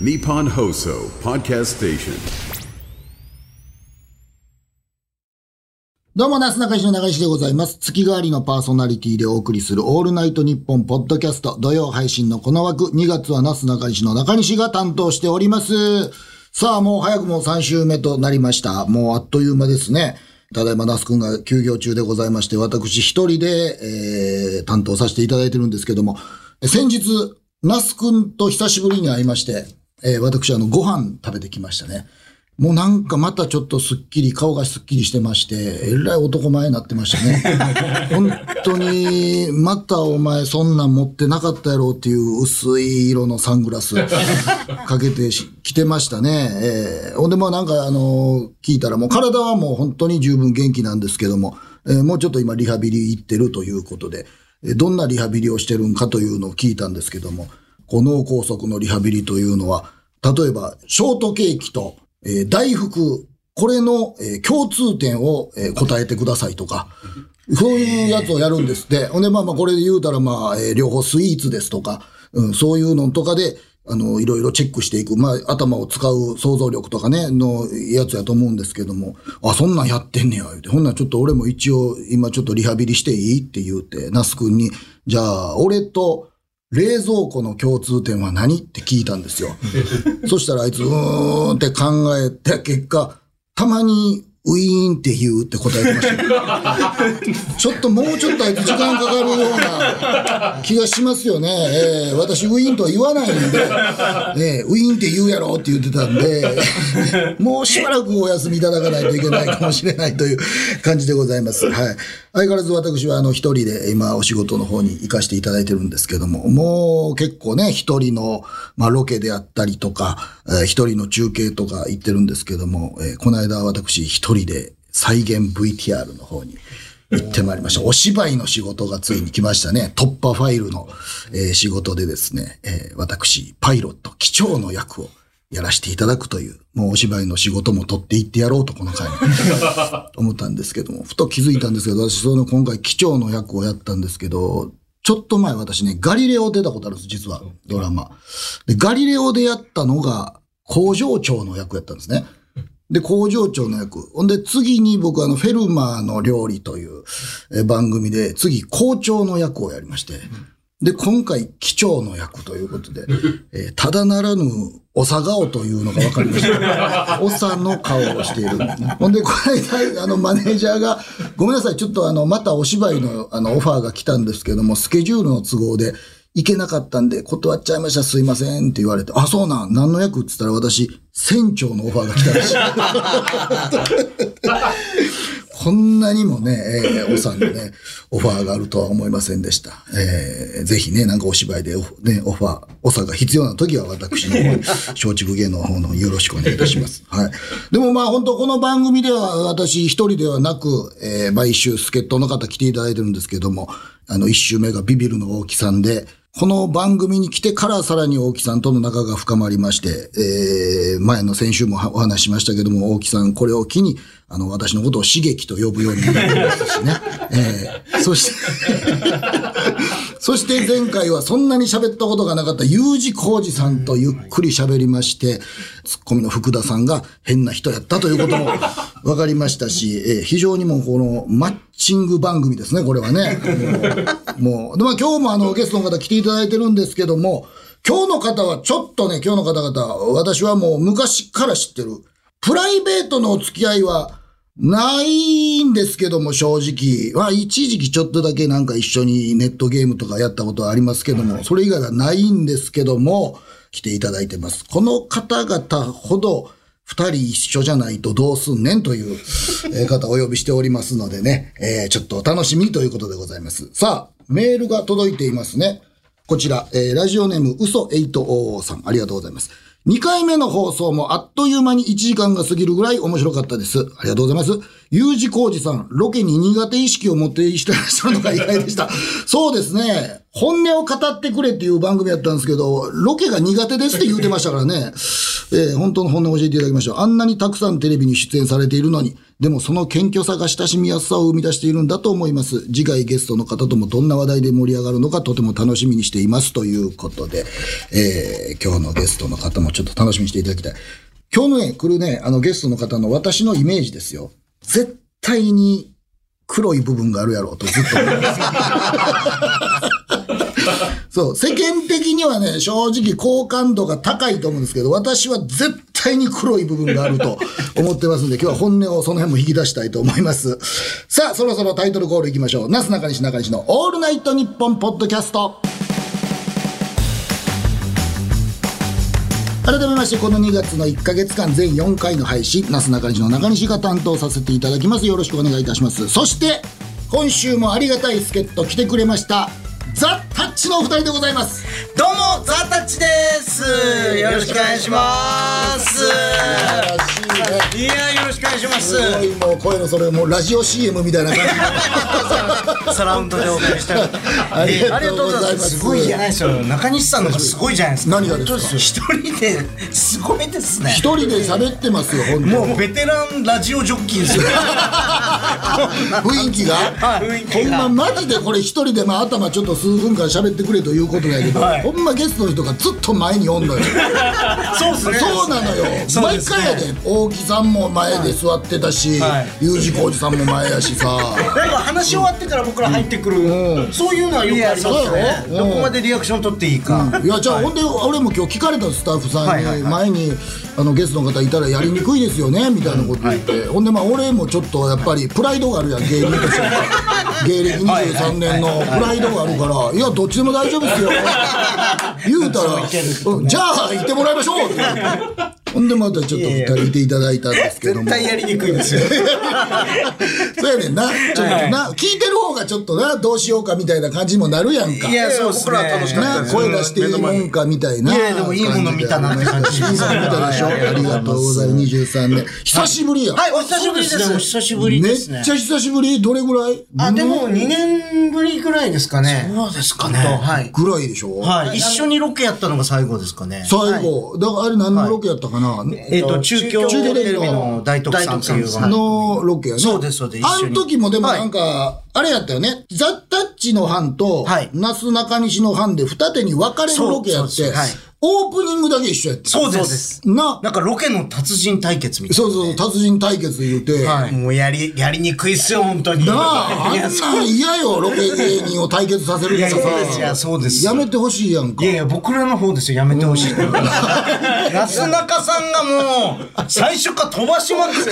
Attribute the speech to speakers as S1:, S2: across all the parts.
S1: Nippon Hoso Podcast Station.
S2: どうも、なすなかしの中石でございます。月替わりのパーソナリティでお送りするオールナイトニッポンポッドキャスト土曜配信のこの枠、2月はなすなかしの中西が担当しております。さあ、もう早くも3週目となりました。もうあっという間ですね。ただいま那須くんが休業中でございまして、私一人で、えー、担当させていただいてるんですけども、先日、那須くんと久しぶりに会いまして、えー、私あの、ご飯食べてきましたね。もうなんかまたちょっとすっきり、顔がすっきりしてまして、えらい男前になってましたね。本当に、またお前そんなん持ってなかったやろうっていう薄い色のサングラスかけてし来てましたね。えーほんでもうなんかあの聞いたらもう体はもう本当に十分元気なんですけども、えーもうちょっと今リハビリ行ってるということで、えーどんなリハビリをしてるんかというのを聞いたんですけども、こう脳梗塞のリハビリというのは、例えば、ショートケーキと、えー大福、これの、えー共通点を、えー答えてくださいとか、そういうやつをやるんですって。ほんで、まあまあ、これで言うたら、まあ、えー両方スイーツですとか、うん、そういうのとかで、あの、いろいろチェックしていく、まあ、頭を使う想像力とかね、のやつやと思うんですけども、あ、そんなんやってんねや、言うて。ほんなんちょっと俺も一応、今ちょっとリハビリしていいって言うて、那須くんに、じゃあ、俺と、冷蔵庫の共通点は何って聞いたんですよ。そしたらあいつ、うーんって考えた結果、たまに、ウィーンって言うって答えてました。ちょっともうちょっとあいつ時間かかるような気がしますよね。えー私ウィーンとは言わないんで、えーウィーンって言うやろって言ってたんで、もうしばらくお休みいただかないといけないかもしれないという感じでございます。はい。相変わらず私はあの一人で今お仕事の方に行かせていただいてるんですけども、もう結構ね、一人の、まあ、ロケであったりとか、えー一人の中継とか行ってるんですけども、えーこの間私一人で再現 VTR の方に行ってまいりました。お芝居の仕事がついに来ましたね。突破ファイルの、えー仕事でですね、えー私、パイロット、機長の役をやらせていただくという、もうお芝居の仕事も取っていってやろうと、この回に。思ったんですけども、ふと気づいたんですけど、私、その今回、機長の役をやったんですけど、ちょっと前私ね、ガリレオ出たことあるんです、実は、ドラマ。で、ガリレオでやったのが、工場長の役やったんですね。で、工場長の役。ほんで、次に僕、あの、フェルマーの料理というえー番組で、次、校長の役をやりまして、で、今回、機長の役ということで、えーただならぬ、おさ顔というのが分かりました。おさの顔をしている。ほんで、この間、あの、マネージャーが、ごめんなさい、ちょっとあの、またお芝居の、あの、オファーが来たんですけども、スケジュールの都合で、行けなかったんで、断っちゃいました、すいませんって言われて、あ、そうなん、何の役って言ったら私、船長のオファーが来たらしい。こんなにもね、えー、おさんのね、オファーがあるとは思いませんでした。えー、ぜひね、なんかお芝居でオフ、ね、オファー、おさが必要な時は私の方に、松竹芸能の方のよろしくお願いいたします。はい。でもまあ本当この番組では私一人ではなく、えー、毎週助っ人の方来ていただいてるんですけども、あの、一週目がビビるの大木さんで、この番組に来てからさらに大木さんとの仲が深まりまして、えー、前の先週もはお話ししましたけども、大木さんこれを機に、あの、私のことを刺激と呼ぶようになりましたしね。えー、そして、 そして前回はそんなに喋ったことがなかった U 字工事さんとゆっくり喋りまして、ツッコミの福田さんが変な人やったということも分かりましたし、えー非常にもうこのマッチング番組ですね、これはね。もう、もうでまあ、今日もあのゲストの方来ていただいてるんですけども、今日の方はちょっとね、今日の方々、私はもう昔から知ってる。プライベートのお付き合いは、ないんですけども、正直。まあ、一時期ちょっとだけなんか一緒にネットゲームとかやったことはありますけども、それ以外がないんですけども、来ていただいてます。この方々ほど、二人一緒じゃないとどうすんねんというえー方をお呼びしておりますのでね、えーちょっとお楽しみということでございます。さあ、メールが届いていますね。こちら、えーラジオネーム、嘘855さん、ありがとうございます。2回目の放送もあっという間に1時間が過ぎるぐらい面白かったです。ありがとうございます。U 字工事さん、ロケに苦手意識を持っていらっしゃるのが意外でした。 そうですね。本音を語ってくれっていう番組やったんですけど、ロケが苦手ですって言うてましたからね。えー本当の本音を教えていただきましょう。あんなにたくさんテレビに出演されているのに、でもその謙虚さが親しみやすさを生み出しているんだと思います。次回ゲストの方ともどんな話題で盛り上がるのかとても楽しみにしていますということで、えー今日のゲストの方もちょっと楽しみにしていただきたい。今日のね、来るね、あのゲストの方の私のイメージですよ。絶対に黒い部分があるやろうとずっと思います。そう、世間的にはね、正直好感度が高いと思うんですけど、私は絶対に黒い部分があると思ってますんで、今日は本音をその辺も引き出したいと思います。さあ、そろそろタイトルコールいきましょう。なすなかにしなかにしのオールナイトニッポンポッドキャスト。改めまして、この2月の1ヶ月間、全4回の配信、なすなかにしの中西が担当させていただきます。よろしくお願いいたします。そして、今週もありがたい助っ人来てくれました、ザ・タッチのお二人でございます。
S3: どうもザタッチですよろしくお願いします
S2: 素晴らしいね
S3: いやよろしくお願いします
S2: すごいもう声のそれもうラジオ CM みたいな感じ
S3: サラウンドでお送りしたい
S2: ありがとうございます
S3: ありがとうすごいじゃないですか中西さんの方がすごいじゃないですか
S2: 何がですか
S3: 本当よ一人ですごいですね
S2: 一人で喋ってますよ本当に
S3: もうベテランラジオジョッキーですよ
S2: 雰囲気が
S3: 雰囲
S2: ほ
S3: 気
S2: ん
S3: が
S2: まマジでこれ一人でまあ頭ちょっと数分間喋ってくれということだけど、
S3: はい
S2: ほんまゲストの人がずっと前におんのよ
S3: そうですね
S2: そうなのよ、
S3: そう
S2: 毎
S3: ですね
S2: 回やで大木さんも前で座ってたし、
S3: はい
S2: U 字工事さんも前やしさ
S3: なんか話し終わってから僕ら入ってくる、そういうのはよくあります
S2: いや
S3: ね
S2: そうよ
S3: どこまでリアクション取っていいか、
S2: いやじゃあ、ほんで俺も今日聞かれたスタッフさんに、
S3: はいはいは
S2: 前にあのゲストの方いたらやりにくいですよねみたいなこと言って、ほんでまあ俺もちょっとやっぱりプライドがあるやん芸人と して芸歴23年のプライドがあるからいやどっちでも大丈夫 ですよ言うたら、うんじゃあ行ってもらいましょうってほんでまたちょっと2人いていただいたんですけども
S3: 絶対やりにくいですよ
S2: そうやねんなちょっとな聞いてる方がちょっとなどうしようかみたいな感じにもなるやんか
S3: いやそうっすね
S4: 僕らは楽しかった
S2: な
S4: です
S2: 声出していいもんかみたいな。
S3: いやいやでもいいもの見たなって感じ
S2: いいもの見たでしょ。ありがとうございます。23年。久しぶりや。
S3: はいお久しぶりです
S4: そうですねお久しぶり
S2: め
S4: で
S2: っ
S4: すね
S2: ちゃ久しぶりどれぐらい
S3: あでも2年ぶりぐらいですかね
S4: そうですかね
S3: ちょっとはい
S2: ぐらいでしょ
S4: はい一緒にロケやったのが最後ですかね
S2: 最後。だからあれ何のロケやったかな
S4: えっと中京
S2: 中京テレビの
S4: テレビの大徳さんという
S2: あのロケやね。
S4: そうですそうです
S2: あ
S4: 一緒
S2: の
S4: に
S2: 時もでもなんか、あれやったよね。ザ・タッチの班と、
S4: はい
S2: なすなかにしの班で二手に分かれるロケやっ
S4: そうそう
S2: て
S4: ですはい、
S2: オープニングだけ一緒やって。
S4: そうで
S3: そうです
S4: す
S2: な、
S4: なんかロケの達人対決みたいな
S2: そうそう、達人対決言うて、
S4: はいもうやりやりにくいっすよ本当に
S2: なあ、あん
S4: いやそう
S2: なん嫌よ、ロケ芸人を対決させる
S4: い
S2: の
S4: や
S2: さ。
S4: そうですいやそうです
S2: やめてほしいやんか。
S4: いやいや、僕らの方ですよ、やめてほしい。なすなかさんがもう、最初から飛ばしま くってて。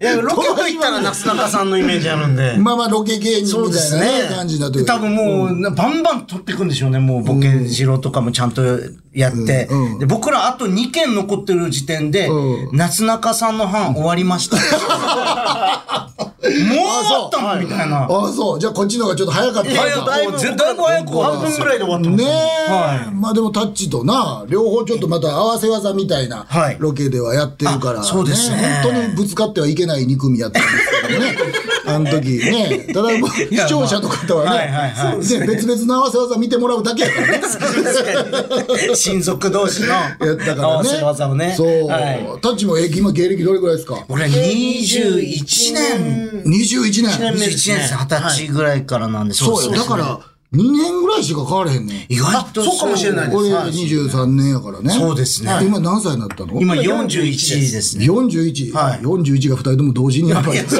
S4: いや、ロケと行ったらなすなかさんのイメージあるんで。
S2: まあまあ、ロケ芸人
S4: そう
S2: み
S4: で
S2: たい
S4: す
S2: なね
S4: ね。
S2: 感じになってくる
S4: 多分もう、なバンバン取ってくんでしょうね。もう、ボケ次郎とかもちゃんとやって。で僕らあと2件残ってる時点で、
S2: う
S4: なすなかさんの班終わりました。もう終わったのみたいな。
S2: ああ、そう。じゃあ、こっちの方がちょっと早かったんだ。
S4: いやだいぶ
S3: 絶対早く半分ぐらいで終わった
S2: ねえ、
S4: はい
S2: まあでもタッチとな両方ちょっとまた合わせ技みたいな
S4: はい
S2: ロケではやってるから、
S4: あそうですね
S2: 本当にぶつかってはいけない2組やったんですけど ねあの時ねただもう視聴者の方はね,、
S4: まあはいはいはい
S2: ね別々の合わせ技見てもらうだけや からね
S4: 親族同士の
S2: やったからね
S4: 合わせ技をね。
S2: そう、
S4: はい
S2: タッチもえ今芸歴どれぐらいですか
S4: 俺21年、
S2: 21年
S4: 21年ですね、20歳ぐらいからなんで、
S2: そうよ、
S4: です
S2: だ
S4: ね
S2: から2年ぐらいしか変われへんねん
S4: 意外と
S3: そうかもしれないです
S2: 俺23年やからね
S4: そうですね
S2: 今何歳になったの
S4: 今41ですね。
S2: 41、
S4: はい
S2: 41が2人とも同時にやっぱり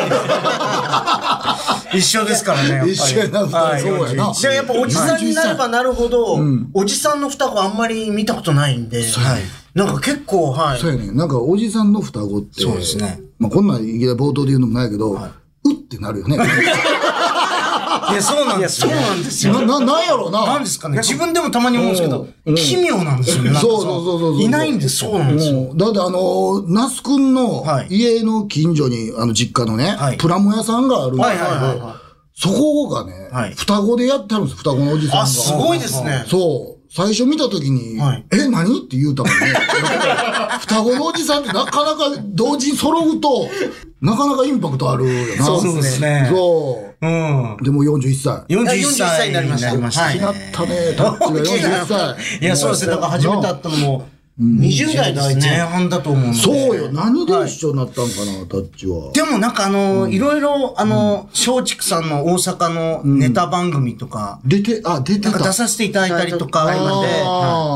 S4: 一緒ですからね、やっぱり。
S2: 一緒やな
S4: はい
S2: そうやな
S4: 41
S3: じゃあやっぱおじさんになればなるほど、おじさんの双子あんまり見たことないんで、はい、なんか結構、はい。
S2: そうやねなんかおじさんの双子って
S4: そうですね
S2: まあ、こんなんいきなり冒頭で言うのもないけど、うってなるよね
S4: いや、そうなんですよ。そうなんですよ。
S2: なななんやろうな
S4: なんですかね。自分でもたまに思うんですけど、奇妙なんですよね。なんか
S2: そうそうそうそうそう
S4: いないんですよ。そうなんですよ。
S2: もうだってあのー那須君の
S4: はい
S2: 家の近所にあの実家のね、
S4: はい
S2: プラモ屋さんがあるんですけど、
S4: はいはいはいは
S2: そこがね、
S4: はい
S2: 双子でやってあるんです双子のおじさんが
S3: あ、すごいですね。
S2: そう。最初見たときに、
S4: はい
S2: え、何って言うたもんね。 双子のおじさんってなかなか同時に揃うと、なかなかインパクトあるよな。
S4: そうですね
S2: そ
S4: うん。
S2: う。でも41歳。
S4: 41
S3: 41歳
S4: 歳
S3: になりました
S4: になりました
S3: は
S4: ね
S3: い
S2: なったね、タッチが41歳。
S4: いや、そうですね。だから初めて会ったのも、
S3: 20代です
S4: 前
S3: ね。
S4: 半だと思うので。
S2: そうよ。何で一緒になったんかな、タッチは。
S4: でもなんかあの、いろいろあの、松竹さんの大阪のネタ番組とか、
S2: 出て、あ、出て
S4: なんか出
S2: た。
S4: させていただいたりとかありまして、
S2: あー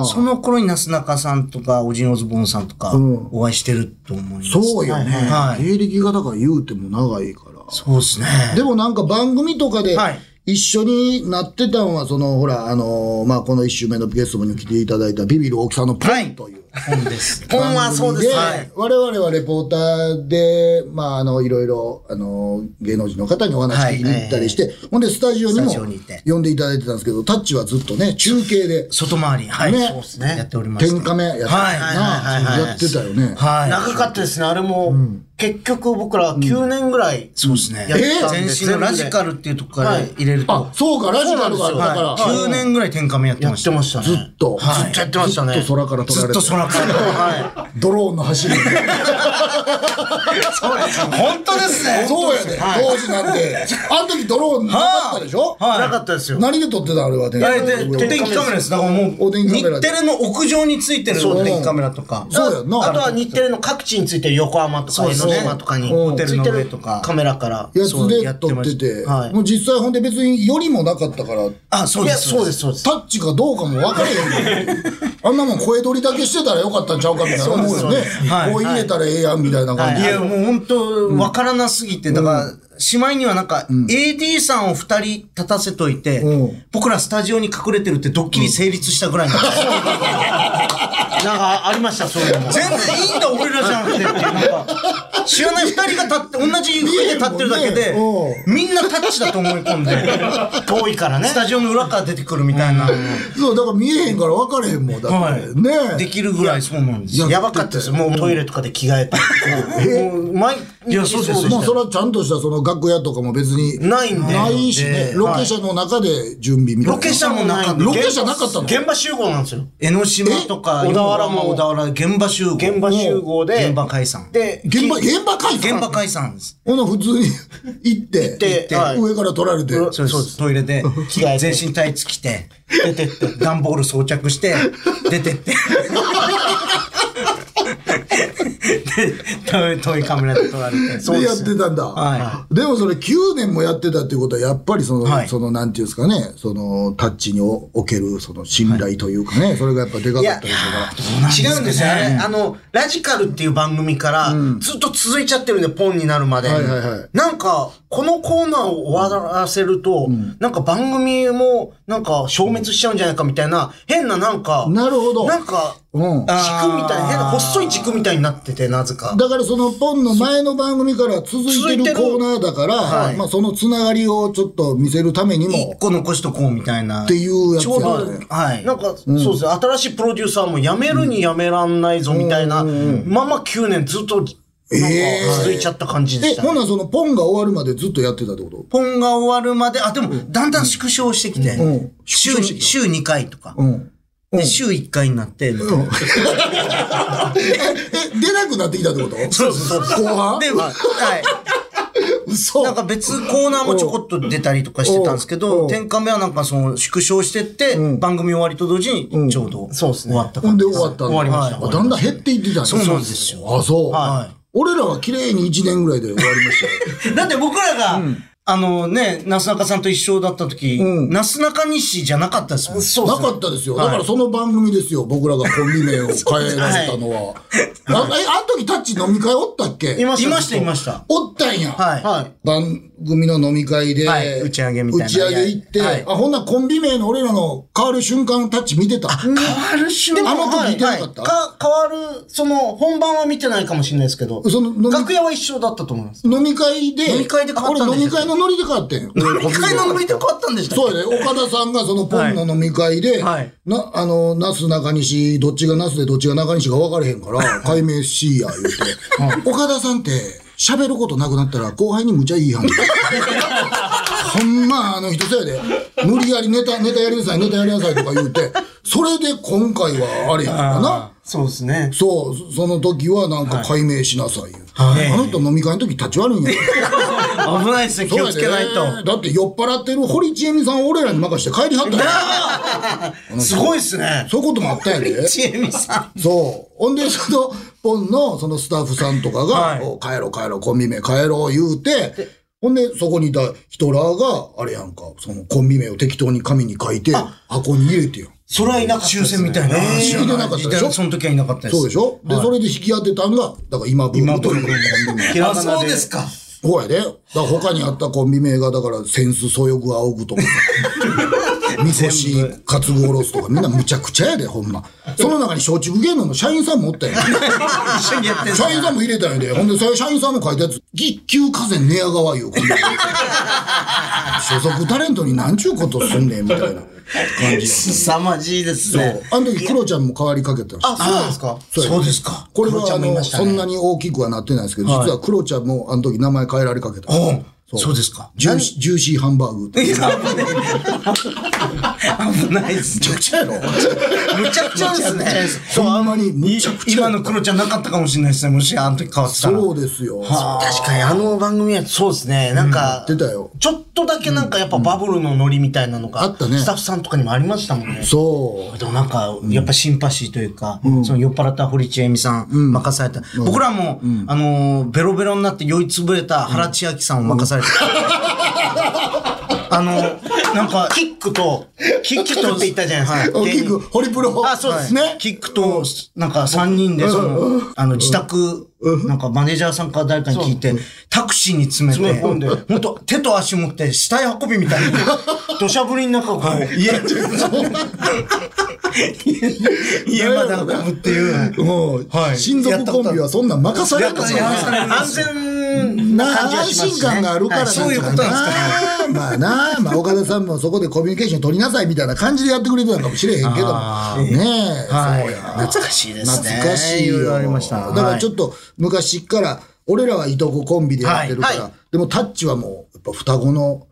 S4: はいその頃になすなかさんとか、おじんおずぼんさんとか
S2: ん、
S4: お会いしてると思います。
S2: そうよね。
S4: はい。
S2: 芸歴がだから言うても長いから。
S4: そうですね。
S2: でもなんか番組とかで
S4: はい、
S2: 一緒になってたんは、その、ほら、あのーまあ、この一周目のゲストに来ていただいたビビる大木さんのポンという。
S4: 本です。
S3: 本はそうです
S2: で
S3: ね。
S2: 我々はレポーターで、まあ、あの、いろいろ、あの、芸能人の方にお話聞きに行ったりして、ほんで、スタジオに
S4: ス
S2: も
S4: タジオにいて
S2: 呼んでいただいてたんですけど、タッチはずっとね、中継で、
S4: 外回り。はい。
S2: ね
S4: そうですね。やっておりました。
S2: 天カメやってた
S4: はいはいはいはい
S2: なやってたよね。
S4: はい。
S3: 長かったですね。あれも、結局僕ら9年ぐらい。
S4: そうですね。
S3: やってたんで
S4: 全身のラジカルっていうとこから入れると、
S2: あ、そうか、ラジカルがあったから、
S4: はい9年ぐらい天カメやって
S3: や
S4: ま
S3: っ
S4: してた。
S3: ましたね。ず
S2: ずっと、
S4: はい
S3: ずっとやってましたね。
S2: ずっと空から撮ら
S4: ず
S2: れ
S4: ってと空から。
S3: は
S2: ドローンの走り。
S4: 本当ですね。
S2: そうやで、当時なんて。あの時ドローンなかったでしょ
S3: い。なかったですよ。
S2: 何で撮ってたあれはね。
S4: あれで、お
S2: 上
S4: 天気カメラです。だからもう、
S2: お天気
S4: 日
S2: カメラで
S4: テレの屋上についてるお天気カメラとか、
S2: そうやんな。
S3: あとは日テレの各地についてる横浜とか
S4: そう
S3: 江
S4: です
S3: ノ
S4: ね
S3: 島とかに
S4: うんホテ
S3: つ
S4: ル
S3: い
S4: の
S3: て
S4: 上
S3: る
S4: とか
S3: カメラから。
S2: や
S4: そ
S2: つ
S4: う
S2: で
S4: やって
S2: 撮
S4: ま
S2: って、
S4: してたはい
S2: もう実際ほんで別によりもなかったから、
S4: あ、そう
S3: い
S4: で
S3: や、
S4: す。
S3: そうです、そうです。
S2: タッチがどうかも分からへんよあんなもん声取りだけしてたらよかったんちゃうかみたいな思うよね。
S4: はい
S2: こう入れたらええやんみたいな感
S4: い
S2: じで。
S4: や、もう本当、わからなすぎて、だから、しまいにはなんか、AD さんを二人立たせといて
S2: うん、
S4: 僕らスタジオに隠れてるってドッキリ成立したぐらいなんですよ
S3: なんかありました、そういうのも。
S4: 全然いいんだ、俺らじゃなくてっていう。なんか、知らない二人が立って、同じ家で立ってるだけで
S2: いいもんね、
S4: みんなタッチだと思い込んで、
S3: 遠いからね
S4: ス。タジオの裏から出てくるみたいな。
S2: そう、だから見えへんから分からへんもん。だっ
S4: は
S2: て。
S4: い。で
S2: ねえ。
S4: きるぐらいそうなんですよ。
S3: やばかったです。もうトイレとかで着替えたりとか。もう毎
S4: いやそうです
S3: し
S2: まあ
S3: た
S2: それはちゃんとしたその楽屋とかも別に。
S3: ないんで
S2: ないしね。ロケ車の中で準備みたいな。
S4: ロケ車もなかった。
S2: ロケ車なかったの
S3: 現場集合なんですよ。
S4: 江ノ島とか、
S3: え小田原も
S4: 横浜小田原、現場集合。
S3: 現場集合で。
S4: 現場解散。
S3: で、
S2: 現場、
S3: き
S2: 現場会
S4: 現場
S2: 館
S4: 解散です。
S2: ほな普通に行って、
S3: てはい
S2: 上から撮られて。
S4: そうです。トイレで、
S3: 着替えて
S4: 全身タイツ着て、出てって、段ボール装着して、出てって。で、遠いカメラで撮られて。
S2: でやってたんだ。
S4: は
S2: でもそれ9年もやってたっていうことは、やっぱりその、
S4: はい
S2: その、なんていうんですかね、その、タッチにおおける、その、信頼というかね、それがやっぱでかかったりとか。
S3: 違うんですよ。あれあの、ラジカルっていう番組から、ずっと続いちゃってるんで、ポンになるまで。
S2: はいはいはい
S3: なんか、このコーナーを終わらせると、なんか番組も、なんか消滅しちゃうんじゃないかみたいな、変ななんか、
S2: なるほど。
S3: なんか、
S2: うん。だ
S3: 軸みたいな、変な細い軸みたいになってて、なぜか。
S2: からその、ポンの前の番組から続い
S3: 続い
S2: て
S3: て
S2: る
S3: る
S2: コーナーだから、
S3: はい
S2: まあそのつながりをちょっと見せるためにも、
S4: 一個残しとこうみたいな。
S2: っていうやつ
S4: ちょうど
S2: やね、
S4: はい。
S3: なんか、そうですね、新しいプロデューサーも辞めるに辞めらんないぞみたいな、まま9年ずっと、なんか
S2: えー
S3: 続いちゃった感じで
S2: え、
S3: したね。
S2: ほなその、ポンが終わるまでずっとやってたってこと
S4: ポンが終わるまで、あ、でも、だんだん縮小してきて
S2: うん、
S4: 週に、週2回とか。
S2: うん。
S4: で、週1回になって、みたいな
S2: え、出なくなってきたってこと
S4: そうそうそう
S2: 後半
S4: で、はい。
S2: 嘘。
S4: なんか別コーナーもちょこっと出たりとかしてたんですけ
S2: おうお
S4: ど、
S2: う
S4: 天下目はなんかその縮小してって、番組終わりと同時にちょうど
S3: そうです
S4: 終
S3: ね
S4: わった
S2: ほ
S4: 感
S2: ん
S4: じ
S2: で終わったんだ
S4: 終わりました
S2: あだんだん減っていってたんや
S4: そうなんですよ
S2: あ、そう。
S4: は
S2: 俺らは綺麗に1年ぐらいで終わりま したよ。
S4: だって僕らが、あのね、なすなかさんと一緒だった時、なすなかにしじゃなかったですもん。
S3: そう
S2: な
S3: ですね
S2: かったですよ。だからその番組ですよ。僕らがコンビ名を変えられたのは。あえ、あの時タッチ飲み会おったっけ
S3: いま
S4: いま
S3: し
S4: した、いました。
S2: おったんや。
S4: はい。
S3: はい。
S2: 番組の飲み会で、
S4: はい打ち上げみたいな
S2: 打ち上げ行って、
S4: はい
S2: あ、ほんならコンビ名の俺らの変わる瞬間タッチ見てた。
S4: ある種
S3: でも
S2: あの時
S3: はい
S2: 見てなかった
S3: か、変わる、その、本番は見てないかもしれないですけど、
S2: その飲み
S3: 楽屋は一緒だったと思います。
S2: 飲み会で、
S4: 飲み会で変わっ
S2: あ
S4: たん
S2: 俺
S4: です
S2: 飲
S4: よ
S2: み会のノリで変わってんよ。
S4: 一回のノリで変わったんでしたっけ
S2: そうやね。 岡田さんがそのポンの飲み会で、
S4: はいはい
S2: な、あの、ナス中西、どっちがナスでどっちが中西が分からへんから、解明しいや、言 うて。岡田さんって、喋ることなくなったら後輩に無茶いいやん。ほんま、あの人そうやで。無理やりネタ、ネタやりなさい、ネタやりなさいとか言うて、それで今回はあれやからな。
S4: そうですね。
S2: そう、そその時はなんか解明しなさいよ。あの人飲み会の時立ち悪いんやから。
S4: 危ないですね。気をつけない
S2: そうや
S4: と。
S2: でだって酔っ払ってる堀ちえみさんを俺らに任して帰りはったよ。
S4: すごいですね。
S2: そういうこともあったんやで。
S4: ちえみさ
S2: そう。ほんで、その、ポンの、そのスタッフさんとかが、
S4: はい
S2: お帰ろう帰ろう、コンビ名帰ろう言うて、ほんで、そこにいた人らが、あれやんか、そのコンビ名を適当に紙に書いて、箱に入れてよ。
S4: それはいなかった。終戦みたいな。
S2: 終戦なかったでしょ
S4: その時はいなかったです。
S2: そうでしょ、で、それで引き当てたんが、だから今ブームというコンビ名。
S4: あ、そうですか。
S2: ほうやで。だから他にあったコンビ名が、だから、センス、そよぐ、仰ぐ とか。みこし、かつぐおろすとか、みんなむちゃくちゃやで、ほんま。その中に松竹芸能の社員さんもおった やん。
S4: 一緒にやってんす
S2: 社員さんも入れたんやで。ほんで、それ社員さんの書いたやつ、月給河川寝屋川いう。こんな所属タレントになんちゅうことすんねん、みたいな感じや。
S4: 凄まじいですね。
S2: あの時、クロちゃんも変わりかけてました。
S4: そうなんですか
S2: そうや
S4: そうですか。
S2: これ
S4: クロち
S2: は、
S4: ゃ
S2: あ
S4: んもい
S2: の、
S4: ました
S2: そ
S4: ね
S2: んなに大きくはなってないですけど、実はクロちゃんもあの時名前変えられかけた。
S4: おうそうですか。
S2: ジューシージューシーハンバーグって。
S4: いや危ねえ危ないです
S2: むちゃくちゃやろ
S4: むちゃくちゃですね。
S2: そう、あんまりむちゃくちゃ
S4: 今のクロちゃんなかったかもしれないですね。もしあの時変わってたら。
S2: そうですよ。
S3: 確かにあの番組はそうですね。なんか、
S2: 出たよ。
S3: ちょっとだけなんかやっぱバブルのノリみたいなのが、
S2: あったね
S3: スタッフさんとかにもありましたもんね。
S2: そう。
S3: でもなんか、やっぱシンパシーというか、その酔っ払った堀ちえみさん、任された。僕らも、あのー、ベロベロになって酔いつぶれた原千秋さんを任 された。あのー、なんか、キックと、キックとって言ったじゃないですか。
S2: 大
S3: 芸
S2: き
S3: 人
S2: く、ホリプロ。
S3: あ、そうです
S2: ね
S3: ね。。キックと、なんか3人で、その、あの、自宅、なんかマネージャーさんか誰かに聞いて、タクシーに詰めて、ほんと、手と足持って、死体運びみたいに、土砂降りの中をこう、家、家まで運ぶっていう。
S2: もう、
S3: はい
S2: 親族コンビはそんなん任されたから
S3: やったことあ
S2: な
S3: る
S4: 安全な感じが
S2: 安
S4: しますね
S2: 心感があるから
S4: はいそういうことなんですか。
S2: すかまあなあ、まあ岡田さんもそこでコミュニケーション取りなさいみたいな感じでやってくれてたのかもしれへんけども。ねえ、
S3: はい
S2: そうや。
S3: 懐かしいですね。
S2: 懐かしいよ。
S3: ろろありました。
S2: だからちょ
S3: っ
S2: っと昔から、俺らはいとこコンビでやってるから、
S3: はいは
S2: でもタッチはもう、やっぱ双子の
S3: と、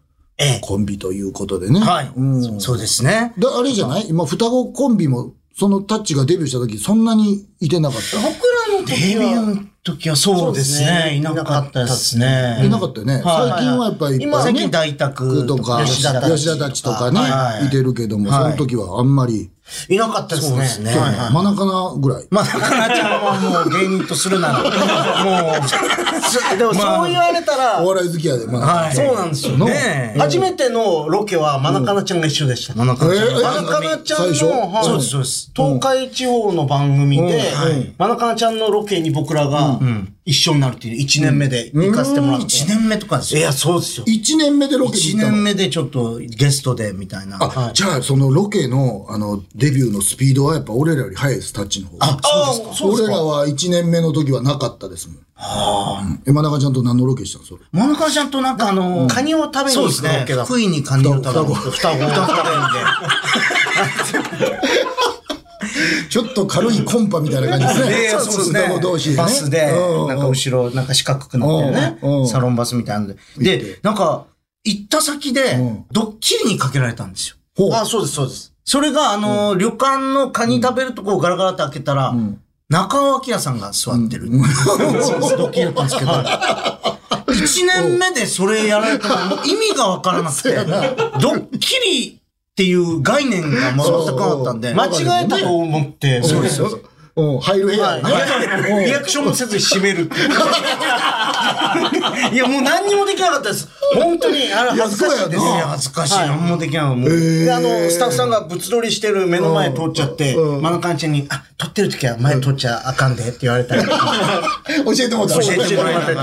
S3: え
S2: コンビということでね。
S3: え。はい。
S2: うん。
S3: そうですね。
S2: だあれじゃない今、双子コンビも、そのタッチがデビューした時、そんなにいてなかった。
S5: 僕らの
S3: デビ
S5: 時
S3: ュー
S5: は、
S3: の時はそうで
S5: そ
S3: す
S5: うです
S3: ね。
S5: ね
S3: いなかったですね。
S2: いなかったよね。
S3: はい
S2: 最近はやっぱりいっぱい、ね、
S3: 今最近大宅
S2: とか、吉
S3: 吉
S2: 田
S3: 田
S2: た
S3: た
S2: ち
S3: ち
S2: とかね、、
S3: はいい
S2: てるけども、
S3: はい
S2: その時はあんまり、
S3: いなかったですね。
S4: そうですね
S2: そう
S3: は
S2: ね
S3: いはい
S2: 真中なぐらい。
S4: まあ、だからちゃんはもう芸人とするなら、もう、
S3: そ でもそう言われたら、
S2: お笑い好きやで、真中。
S4: はい
S3: そうなんですよ。
S4: ねえ
S3: 初めてのロケは、真中ちゃんが一緒でした。真中
S2: えー
S3: ちゃん
S2: 最初
S3: の、はい
S2: そうです
S4: そうです
S3: 東海地方の番組で、真中ちゃんのロケに僕らが一緒になるっていう、1年目で行かせてもらって。
S4: 1年目とかです
S3: い
S4: よ。
S3: や、そうですよ。
S2: 1年目でロケに行
S3: 1
S2: ったの
S3: 年目でちょっとゲストで、みたいな。
S2: あ、じゃあ、そのロケの、あの、デビューのスピードはやっぱ俺らより速いです、タッチの方が。
S3: あ、そうですか。
S2: 俺らは1年目の時はなかったですもん。うんえ、真中ちゃんと何のロケしたのそれ。
S3: 真中ちゃんとなんかあの、カニを食べに行くロケだ。福井にカニを食べに行く。双子を食
S2: ちょっと軽いコンパみたいな感じですね。
S4: そうですね
S2: 双子同士で、ね。
S3: バスで、
S2: うん
S3: なんか後ろ、なんか四角くなって
S2: うんうん
S3: ね、サロンバスみたいなので。で、なんか、行った先で
S2: ん、
S3: ドッキリにかけられたんですよ。
S2: ほう
S4: あ、そうです、そうです。
S3: それが、あのー、旅館のカニ食べるとこをガラガラって開けたら、中尾明さんが座ってる。そうドッキリだったんですけど、1年目でそれやられたらもう意味がわからな くて、ドッキリっていう概念が全くなかったんで、
S2: そうそう間違えたと
S3: 思って、そうですよ。
S2: うん、入る部屋ね。
S3: はいリアクションもせずに閉める っていう。いや、もう何にもできなかったです。本当に、あれ恥ずかしい
S2: い
S3: です
S2: やそうや
S3: ね。
S2: な
S3: 恥ずかしい。何もできない。もう
S2: ー
S3: で、あの、スタッフさんが物撮りしてる目の前通っちゃって、
S2: うん
S3: マナカンちゃんに、あ、撮ってる時は前撮っちゃあかんでって言われたり。教
S2: 教えてもらった。
S3: えてもらえたから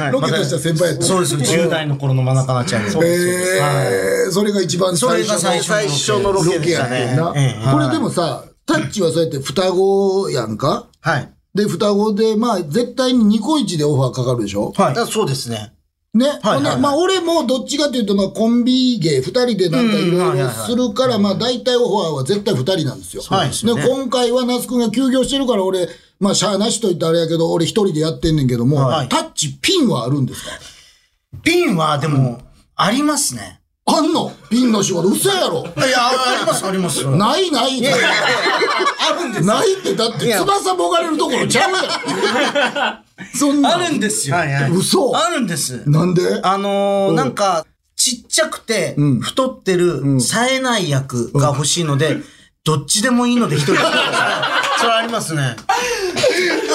S3: はい
S2: ロケとしては先輩やった。
S3: そうですよ。10代の頃のマナカンちゃんに。そうですそうですはい
S2: えー、それが一番
S3: そ
S2: 最
S3: れ
S2: 初の
S3: が最初のロ
S2: ロ
S3: ケで
S2: ケ
S3: し
S2: や
S3: た
S2: ね
S3: ね
S2: んな。。
S3: ええ
S2: これでもさ、タッチはそうやって双子やんか
S3: はい。
S2: で、双子で、まあ、絶対にニコイチでオファーかかるでしょ
S3: はい。だからそうですね。
S2: ね。
S3: はい
S2: ほんで
S3: はいはい
S2: まあ、俺もどっちかというと、まあ、コンビ芸、二人でなんかいろいろするから、まあ、大体オファーは絶対二人なんですよ。
S3: はいそうですね
S2: 今回は那須君が休業してるから、俺、まあ、しゃあなしと言ったらあれやけど、俺一人でやってんねんけども、
S3: はい
S2: タッチピンはあるんですか
S3: ピンは、でも、ありますね。
S2: あんのピンの仕事、嘘やろ
S3: いや、あります、あります。
S2: ないないない
S4: あるんですよ
S2: ないって、だって翼もがれるところちゃうや ん。そんな
S4: あ
S2: ん
S4: るんですよ。
S3: はいはい。
S2: 嘘
S3: あるんです。
S2: なんで
S3: あの
S2: うん
S3: ーなんか、ちっちゃくて
S2: うん、
S3: 太ってる、冴えない役が欲しいので、どっちでもいいので一人で。それありますね。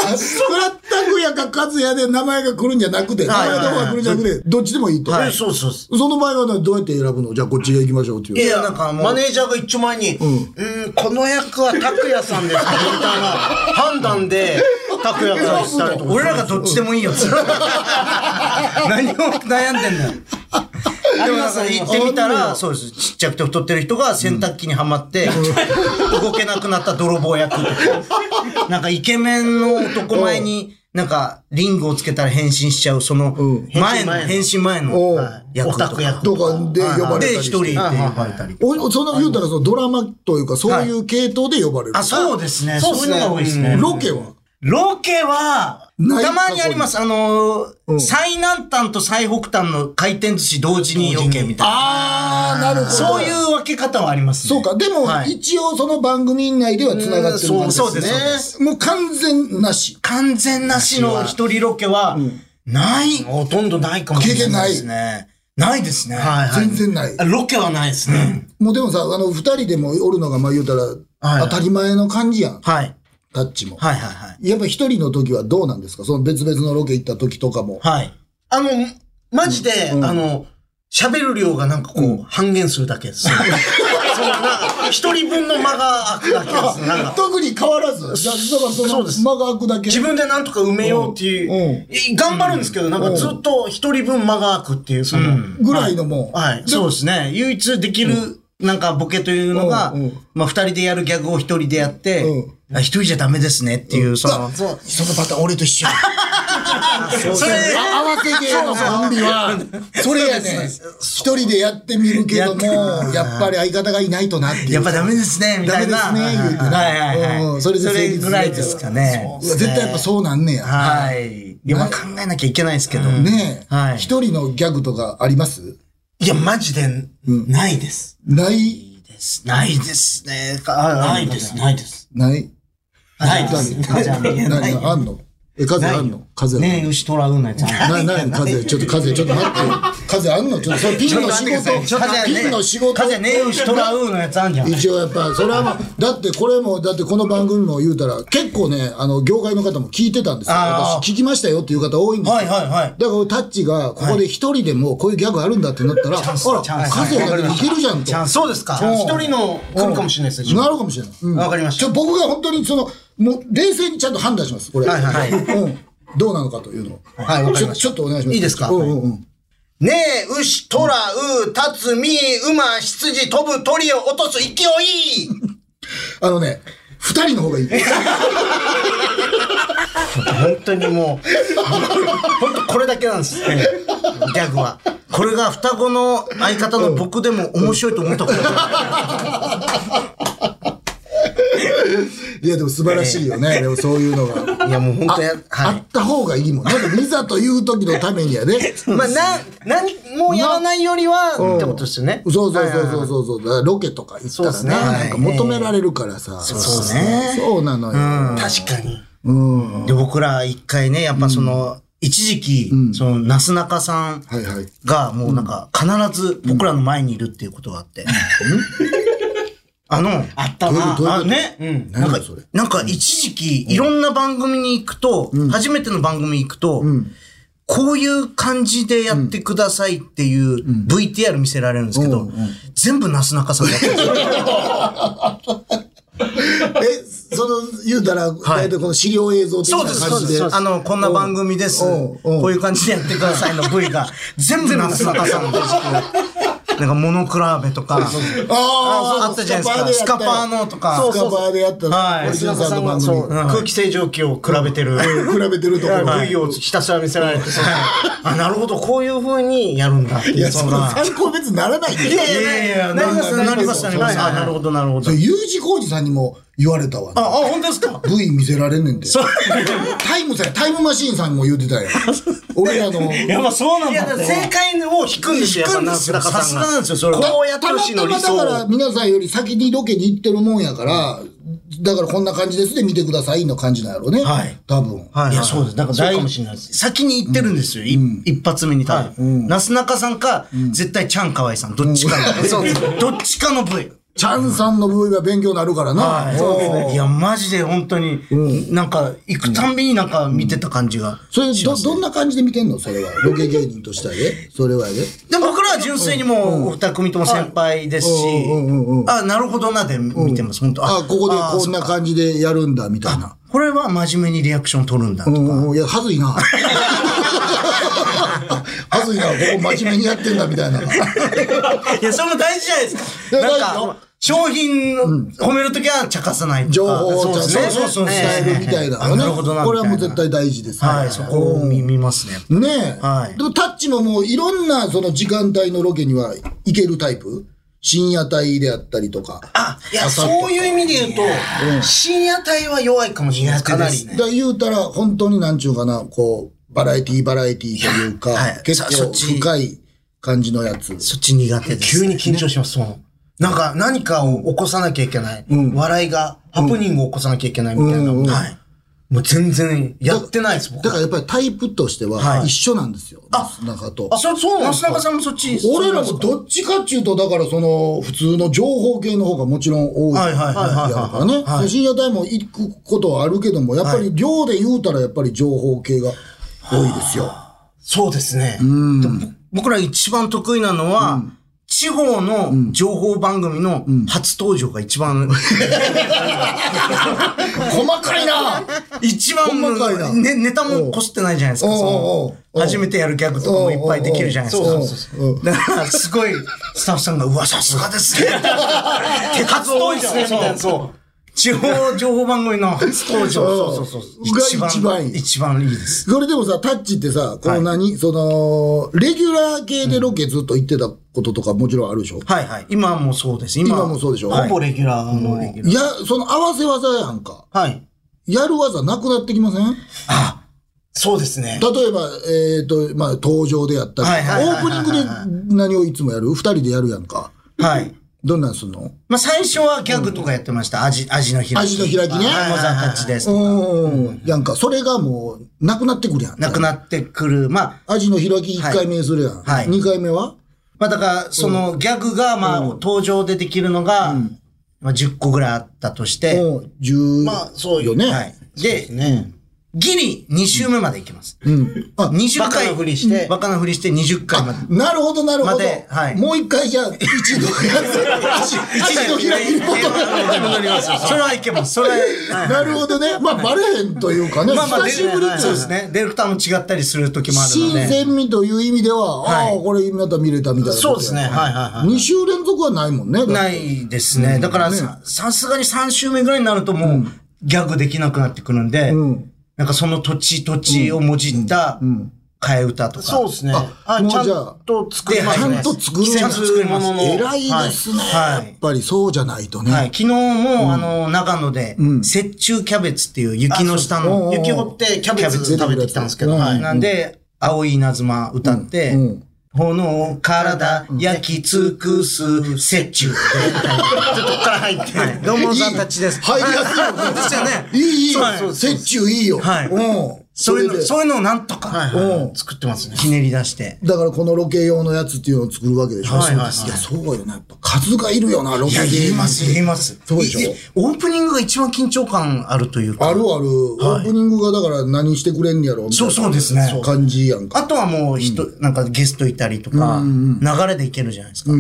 S2: あそれはタクヤかカズヤで名前が来るんじゃなくて、名
S3: はい
S2: 前
S3: はい
S2: の
S3: は
S2: 方
S3: い
S2: が来るんじゃなくて、どっちでもいいと。
S3: はい
S2: そ
S4: そうですそうです。
S2: の場合はどうやって選ぶのじゃあこっちへ行きましょうっていう。
S4: いや、
S3: な
S4: なんん
S3: か
S4: か
S3: もう
S4: マネージャーが一丁前に、うーん、この役は拓也さんですみたいな判断で、拓也からしたりとか。
S3: 俺らがどっちでもいいよ。 何を悩んでんだよ。でもなんか行ってみたら、そうです。ちっちゃくて太ってる人が洗濯機にはまって、動けなくなった泥棒役とか、なんかイケメンの男前に、なんかリングをつけたら変身しちゃう、その前の、
S4: うん
S3: 変身前
S2: おう
S3: のはい役と
S4: オタク
S3: か
S4: 役。
S2: とかで呼ばれたり
S3: で、
S2: し
S3: 一
S2: て
S3: 人で呼ばれたり。
S2: おその言うたらそのドラマというかそういう系統で呼ばれる。
S3: あ、そうですね。そう
S4: っ
S3: い
S4: す
S3: う
S4: ね
S3: のが多いですね。
S2: ロケは
S3: ロケは、
S2: ない
S3: たまにあります。あのー
S2: うん
S3: 最南端と最北端の回転寿司同時にロケみたいな。
S2: ああ、なるほど。
S3: そうい。う分け方はありますね。
S2: そうか。でも、
S3: はい
S2: 一応その番組内では繋がってる感じ
S3: うんそうですそうで
S2: ね。もう完全なし。
S3: 完全なしの一人ロケは、ない、
S4: ほとんどないかもしれない。
S2: 経験ない
S3: ですね。ないですね。
S4: はいはい。
S2: 全然ない。
S4: あロケはないですね。
S2: もうでもさ、あの、二人でもおるのが、まあ言うたら、
S3: い
S2: 当たり前の感じやん。
S3: はい。
S2: タッチも。
S3: はいはいはい。
S2: やっぱ一人の時はどうなんですかその別々のロケ行った時とかも。
S3: はい。
S4: あの、マジで、あの、喋る量がなんかこう、半減するだけ です。そうなんか一人分の間が空くだけです。なんか
S2: 特に変わらず。じゃあだからそ
S4: そう
S2: の
S4: です
S2: 間が空くだけ。
S4: 自分でなんとか埋めようっていう、
S2: うん
S4: い頑張るんですけど、なんかずっと一人分間が空くっていう、その、
S2: ぐらいのもう。
S4: はい。
S3: そうですね。唯一できる、なんかボケというのが、
S2: うんうん
S3: まあ二人でやるギャグを一人でやって、
S2: う
S3: あ一人じゃダメですねっていう、その、
S4: そう
S2: そのパターン俺と一緒。それ、あ合わせ芸のコンビは、それやねん。一人でやってみるけども、やっぱり相方がいないとなっていう。
S3: やっぱダメですね、みたいな。
S2: ダメですね言うてね
S3: はいはいはい。
S2: うんそれで成立する
S3: ぐらいですかね。
S2: うわ絶対やっぱそうなんねや。
S3: はい。いや、まあ考えなきゃいけないですけど。
S2: ねえ、
S3: はい
S2: 一人のギャグとかあります
S4: いや、マジで、ないです。
S2: ない、
S3: ないですね。
S4: ないです、ないです。
S2: ない、
S4: ないです。
S2: ない、ない、ない、あんのえ、風あんの風あんの、
S3: ねえ、牛虎うなちゃん。
S2: ない、ない、風、ちょっと風、ちょっと待って。風あんのちょっと、それピンの仕事、
S3: ちょっと待って
S2: ピンの仕事。
S3: 風ねえ、牛虎うのやつあんじゃん。
S2: 一応やっぱ、それはもう、だってこれも、だってこの番組も言うたら、結構ね、あの、業界の方も聞いてたんですよ。
S3: あー
S2: 私聞きましたよっていう方多いんですよ。
S3: はいはいはい。
S2: だからタッチがここで一人でもこういうギャグあるんだってなったら、あら、
S4: チャンス
S2: 風がいけるじゃんと。
S4: あそうですか。
S2: うん
S4: 一人の来るかもしれないですね。自分
S2: なるかもしれない。うん
S4: わかりました
S2: ちょ僕が本当にその、もう冷静にちゃんと判断します、これ。
S4: はいはい
S2: うん。どうなのかというのを。
S4: はいわかりました
S2: ちょちょっとお願いします。
S4: いいですか
S2: うんうんうん。
S4: ねえ、牛、トラ、ウ、タツ、ミ、馬、羊、飛ぶ、鳥を落とす勢い
S2: あのね、二人の方がいい。
S4: 本当にもう、本当これだけなんです。ギャグは。
S3: これが双子の相方の僕でも面白いと思ったことない
S2: いや、でも素晴らしいよね。でもそういうのが。
S4: いや、もう本
S2: あ
S4: 当や、
S2: あ
S4: はい。
S2: った方がいいもん。だって、いざという時のためにやね。
S4: まあ、な、何もやらないよりは、
S2: ん
S4: ってことですよね。
S2: そうそうそうそうそうそう。だからロケとか行った
S4: そうで
S2: ら
S4: す
S2: ね、
S4: ねはい
S2: なんか求められるからさ。そう
S3: ですね
S2: そうなのよ。
S4: 確かに。
S3: で、僕ら一回ね、やっぱその、一時期、その、なすなかさん
S2: はいはい。
S3: が、もうなんか、必ず僕らの前にいるっていうことがあって。あの、
S4: あったな。
S2: どういう
S3: あ、ね、
S2: 何だそれ。
S3: なんか一時期、いろんな番組に行くと、初めての番組に行くと、こういう感じでやってくださいっていう VTR 見せられるんですけど、全部なすなかさんがやってるんですよ。
S2: え、その、言うたら、大体この資料映像的な
S3: そう
S2: 感
S3: で
S2: じ
S3: す、
S2: で。
S3: そうです。あの、こんな番組です。
S2: うん
S3: こ
S2: うん
S3: ういう感じでやってくださいの V が、全部なすなかさんです。なんか、モノクラーベとか、
S2: あ
S3: あったじゃないですか。スカパーのとか。
S2: スカパーでやった
S3: はい
S2: オリジナル
S4: 皆
S2: さ
S4: さ
S2: ん
S4: ん
S2: の
S4: は
S2: 番組
S4: そう、空気清浄機を比べてる。
S2: 比べてるところ
S4: 部位をひたすら見せられて、そうあ、なるほど、こういう風にやるんだって
S2: い
S4: いう
S2: やそ
S4: の
S2: の
S4: が。
S2: 参考別にならない
S4: いやいやいや
S3: なります、なります、なります。
S4: はいはいなるほど、なるほど
S2: そ。う U 字工事さんにも言われたわ。
S4: あ、本当ですか
S2: V 見せられんねんて。タイムさ、タイムマシーンさんも言うてたやん。俺らの、
S3: やっぱそうなん
S4: いや、だ
S3: だ
S4: から正解を引くんですよ。
S3: 引くんですよ
S4: やっぱなさすがなんですよ、それは。
S3: こうやってほしいの
S2: たまたまだから皆さんより先にロケに行ってるもんやから、だからこんな感じですで見てくださいの感じなんやろうね。
S4: はい
S2: 多分。
S4: いや、そうです。だから、
S3: そうかもしれないです
S4: 先に行ってるんですよ。い一発目に多分。なすなかさんか、絶対チャンカワイさん、どっちかの。そうですどっちかの部位。
S2: チャンさんの部位は勉強になるからな。
S4: そうですねいや、マジで本当に、なんか、行くたんびになんか見てた感じが。
S2: それど、どんな感じで見てんのそれは。ロケ芸人としてはね。それはね。
S4: でも僕らは純粋にもう、お二組とも先輩ですし
S2: うんうんうんう、
S4: あ、なるほどなで見てます、本当。
S2: あ、ここで
S4: あ
S2: こんな感じでやるんだ、みたいな。
S4: これは真面目にリアクション取るんだと
S2: う
S4: か。
S2: んうん、いや、はず いな。はずいな、ここ真面目にやってんだ、みたいな。
S4: いや、それも大事じゃないですか。
S2: いや
S4: な
S2: 大
S4: ん
S2: 事よ
S4: か、商品を褒めるときは茶化さないとか。
S2: 情報をちゃんと
S4: そう
S2: ね
S4: そうそう。
S2: 伝えるみたいな
S4: あ
S2: のね。
S4: なるほどな。
S2: これはもう
S4: みた
S2: 絶
S4: いな
S2: 対大事ですね。
S4: はい、そこを見見ますね。
S2: ねえ。
S4: はい
S2: でもタッチももういろんなその時間帯のロケには行けるタイプ深夜帯であったりとか。
S3: あ、いや、そういう意味で言うと、深夜帯は弱いかもしれない。かなりね。
S2: だから言うたら本当になんちゅうかな、こう、バラエティーバラエティーというか、
S4: はい
S2: 結
S4: さそ
S2: 構
S4: っち
S2: 深い感じのやつ。
S4: そっち苦手です。
S3: 急に緊張します、そう。なんか、何かを起こさなきゃいけない。笑いが、ハプニングを起こさなきゃいけないみたいな。
S2: うんうん
S3: はい。もう全然やってないです、僕
S2: だからやっぱりタイプとしては一緒なんですよ。なんかと。
S3: あ、それそうなんで
S4: 安
S3: すか
S4: 中さんもそっち。
S2: 俺らもどっちかっていうと、だからその、普通の情報系の方がもちろん多い。
S4: はいはいはいはい
S2: やからね。その深夜帯も行くことはあるけども、やっぱり量で言うたらやっぱり情報系が多いですよ。
S3: そうですね。
S4: 僕ら一番得意なのは、地方の情報番組の初登場が一番、
S2: 細かいな
S4: 一番
S2: ほんまかいな
S4: ね、ネタもこすってないじゃないですか。
S2: おう
S4: そ
S2: おうおう
S4: の初めてやるギャグとかもいっぱいできるじゃないですか。
S2: おうおうおうそうそうそう
S4: だから、すごい、スタッフさんが、うわ、さすがですね。手数多いですね、みたいな。そう。地方情報番組の初登場。
S2: そう
S4: そうそうそう。
S2: が一番いい
S4: 一番いいです。
S2: それでもさ、タッチってさ、この何、その、レギュラー系でロケずっと行ってたこととかもちろんあるでしょ、
S4: はいはい。今もそうです。今
S2: 今もそうでしょ
S4: はい
S3: ほぼレギュラーのレギュラー。
S2: いや、その合わせ技やんか。
S4: はい。
S2: やる技なくなってきません
S3: そうですね。
S2: 例えば、えっ、と、まあ、登場でやったり、
S4: はいはいはいはいはい
S2: オープニングで何をいつもやる二人でやるやんか。
S4: はい。
S2: どんなんすんの
S4: まあ、最初はギャグとかやってました。アジ、アジの開き。
S2: アジの開きね
S4: はいモザたちです
S2: う。ん。やんか、それがもう、なくなってくるやん。
S4: なくなってくる。まあ、
S2: アジの開き一回目にするやん。
S4: はい
S2: 二回目は
S4: まあだから、そのギャグが、まあ、登場でできるのが、まあ10個ぐらいあったとして、
S2: うん。十、
S3: まあ、そう
S2: よね。
S4: はい。で、ギリ2周目まで行きます。
S2: うん。あ、
S4: 20回。
S3: バカなふりして
S4: バカなふりして20回まで。
S2: なるほど、なるほ
S4: ま
S2: ど
S4: で。はい
S2: もう一回じゃあ、一度やる。 一度開きに戻る。
S4: 戻りますよそれはいけます。それ、はい
S2: なるほどね。まあ、バレへんというかね。
S4: まあまあ、
S2: 久しぶりっ
S4: で
S2: ち
S4: そう
S2: ゃ
S4: ですね。ディレクターも違ったりする時もある
S2: 新
S4: ので。
S2: 鮮味という意味では、
S4: はい
S2: ああ、これまた見れたみたいなことや。
S4: そうですね。はいはいはい。
S2: 2週連続はないもんね。だって
S4: ないですね。だからさ、さすがに3週目ぐらいになるともう、ギャグできなくなってくるんで、なんかその土地土地をもじった、替え歌とか。
S3: そうですね。
S2: あ
S3: はい
S2: もう
S3: ちゃん
S2: じゃあ
S3: と作ります
S2: ち
S3: ね。
S2: ゃんと作るん
S3: ちゃんと作ります
S4: ちゃんと作ります
S3: ね
S2: 偉いですね。
S4: はいはい
S2: やっぱりそうじゃないとね。
S4: はい、昨日も、あの、長野で、雪中キャベツっていう雪の下の、
S3: 雪掘ってキャベツ食べてきたんですけ
S2: う
S3: ど、
S2: ん
S3: はい
S4: なんで、青い稲妻歌って、炎体焼き尽くす雪中。
S3: ちょっとこっから入って。
S4: どうもさんたちです。
S2: 入りやすいよね
S4: ですよね。
S2: いい、いい。
S4: はい
S2: 折衷いいよ。
S4: はい
S2: うん。
S4: そういうの、
S2: で
S4: そういうのをなんとか、
S2: うん
S3: 作ってますね。
S4: ひねり出して。
S2: だからこのロケ用のやつっていうのを作るわけでしょ。
S3: はいはいはい
S2: いや、そうよな。やっぱ数がいるよな、ロケ
S4: いや、言います、言います。
S2: そうでしょ
S4: いいオープニングが一番緊張感あるというか。
S2: あるある。オープニングがだから何してくれんやろみたいな
S4: そうそうですね
S2: 感じやんか。
S4: あとはもう人、なんかゲストいたりとか、流れでいけるじゃないですか。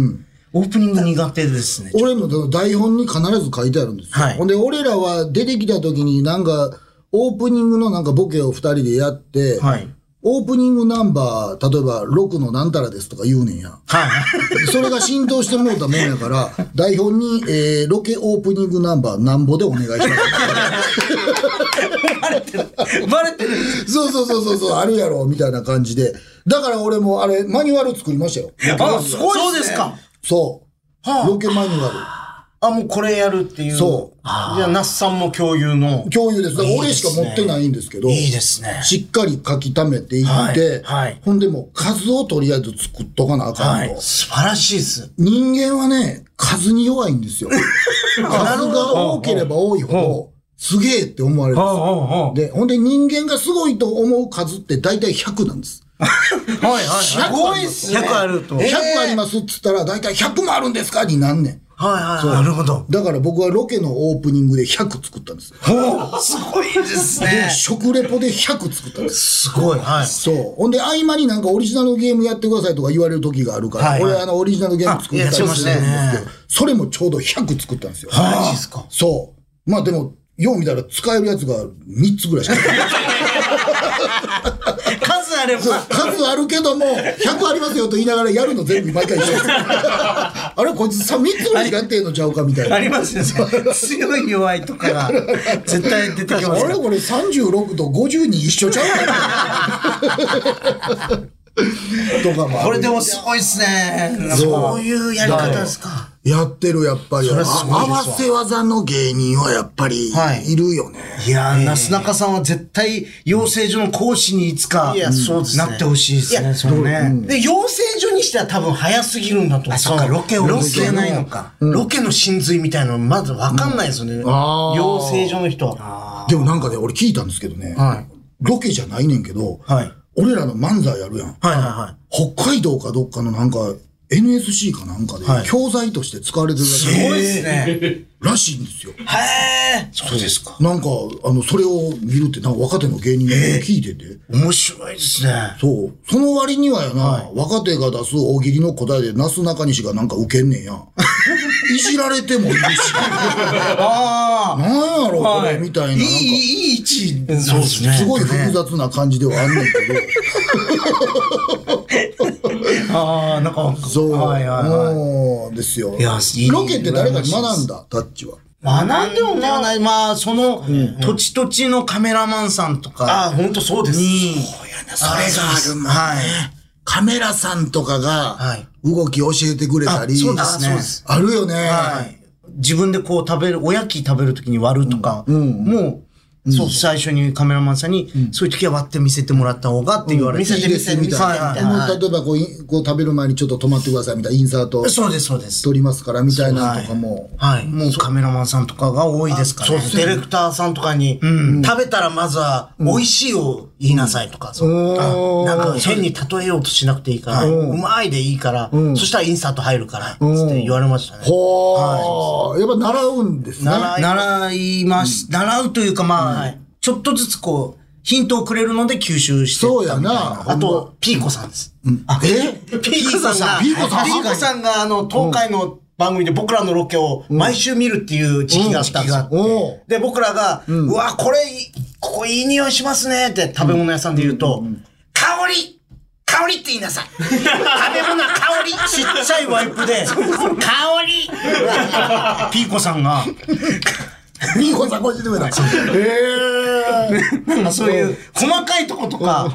S4: オープニング苦手ですね。
S2: 俺も台本に必ず書いてあるんですよ。
S4: はい
S2: ほんで、俺らは出てきた時になんか、オープニングのなんかボケを二人でやって、
S4: はい
S2: オープニングナンバー、例えば6のなんたらですとか言うねんや。
S4: はい。
S2: それが浸透してもうたもんやから、台本に、えー、ロケオープニングナンバーなんぼでお願いしま
S4: バレてる。
S2: す。そうそうそうそうそう、あるやろ、みたいな感じで。だから俺もあれ、マニュアル作りましたよ。
S3: あ、すごい
S4: そうですか。
S2: そう。ロケマニュアル。
S4: あ、もうこれやるっていう。
S2: そう
S4: じゃあ、那須さんも共有の。
S2: 共有です。だから
S4: いい
S2: 俺
S4: で
S2: し
S4: すね
S2: か持ってないんですけど。
S4: いいですね
S2: しっかり書き溜めていって、
S4: はいはい
S2: ほんでもう数をとりあえず作っとかなあかんと。
S4: はい。素晴らしいです。
S2: 人間はね、数に弱いん ですよ。数が多ければ多いほど、すげえって思われるんですよ。
S4: は
S2: で、ほんで人間がすごいと思う数って大体100なんです。
S4: いはい。すごいっすね。
S3: 100あると
S4: えー
S2: 100ありますっつったら大体100もあるんですかになんねん。
S4: はいはい。なるほど。
S2: だから僕はロケのオープニングで100作ったんです。
S4: おすごいです
S2: で、
S4: ね。
S2: 食レポで100作ったんです。
S4: すごい。はい。
S2: そう。ほんで、合間になんかオリジナルゲームやってくださいとか言われる時があるから、
S4: はいはい
S2: 俺あの、オリジナルゲーム作ったりするんですけ
S4: あ
S2: ど、
S4: いやそうですね
S2: それもちょうど100作ったんですよ。
S4: マジですか。
S2: そう。まあでも、よう見たら使えるやつが3つぐら いしかない。
S4: 数あれば。
S2: 数あるけども、100ありますよと言いながらやるの全部毎 回一緒です。あれ、こいつさ、3つぐらいしかやってんのちゃうかみたいな。
S4: ありますね。 強い弱いとかが絶対出てきます
S2: あ
S4: か
S2: れ
S4: ら。
S2: これ36と52一緒ちゃ うかなとかもある
S4: これでもすごいっすね。そういうやり方ですか。
S2: やってるやっぱり
S4: れすごいですわ
S2: あ合わせ技の芸人はやっぱり
S4: はい
S2: いるよね、
S4: いやー、なすなかさんは絶対、養成所の講師にいつか、
S5: いやそうですね
S4: なってほしいです
S5: い
S4: ね、
S5: や
S4: そのね。
S5: で、養成所にしては多分早すぎるんだと思う。
S4: あそっかロケを
S5: ロケないのか。ロケの真髄みたいなのまずわかんないですよね。
S2: あー
S5: 養成所の人は。
S2: でもなんかね俺聞いたんですけどね、ロケじゃないねんけど、
S4: はい
S2: 俺らの漫才やるやん
S4: はいはいは
S2: 北海道かどっかのなんか NSC かなんかで教材として使われてるらしい,、
S4: すごいっすね。
S2: らしいんですよ
S4: へー。そうですか。
S2: なんかあのそれを見るってなんか若手の芸人が聞いてて、
S4: 面白いですね。
S2: そう。その割にはやな、若手が出す大喜利の答えで、なすなかにしがなんかウケんねんや。 いじられてもいるし。 なんやろ、これ、みたいな。なんか
S4: いい位置。そうですね。
S2: すごい複雑な感じではあんねんけど。
S4: ああ、なんか、
S2: そう。
S4: はいはいはい。
S2: もう、ですよ。
S4: やいい
S2: ロケって誰かに学んだ、タッチは。
S4: 学んでもない。まあ、その、土地土地のカメラマンさんと
S5: ああ、
S4: か
S5: ほんとそうです。
S4: に、
S2: それがあるもんね
S4: はい
S2: カメラさんとか
S4: は
S2: が
S4: い、
S2: 動き教えてくれたり。
S4: あそうですね
S2: あそうですあるよね。
S4: はい。自分でこう食べる、おやき食べるときに割るとか、もう、そう、最初にカメラマンさんに、そういう時は割って見せてもらった方がって言われて。
S2: いいですみたい
S4: はいはいはい
S2: な。もう例えばこうい、こう食べる前にちょっと止まってくださいみたいな、インサート。
S4: そうです、そうです。
S2: 撮りますからみたいなのとかも。
S4: はい。もうカメラマンさんとかが多いですから
S5: そうです。ディレクターさんとかに、食べたらまずは、美味しいを言いなさいとか、そうあなんか変に例えようとしなくていいから、うまいでいいから、そしたらインサート入るから、つって言われましたね。
S2: ほー。やっぱ習うんですね。
S5: 習い
S4: 習います、習うというかまあ、ちょっとずつこう、ヒントをくれるので吸収して
S2: そうや
S4: ったみたい
S2: な。
S5: あと、ピーコさんです。
S2: え
S5: ピーコさんが、
S2: ピーコさん
S5: ピーコさんがあの、東海の番組で僕らのロケを毎週見るっていう時期があったんですよ。
S2: おう
S5: で、僕らが、うわ、これいい、ここいい匂いしますねって食べ物屋さんで言うと、香り香りって言いなさい食べ物は香り
S4: ちっちゃい ワイプで、
S5: 香り
S4: ピーコさんが、
S2: ピーコさんこっちでもない。え
S4: なんかそういう、細かいとことか、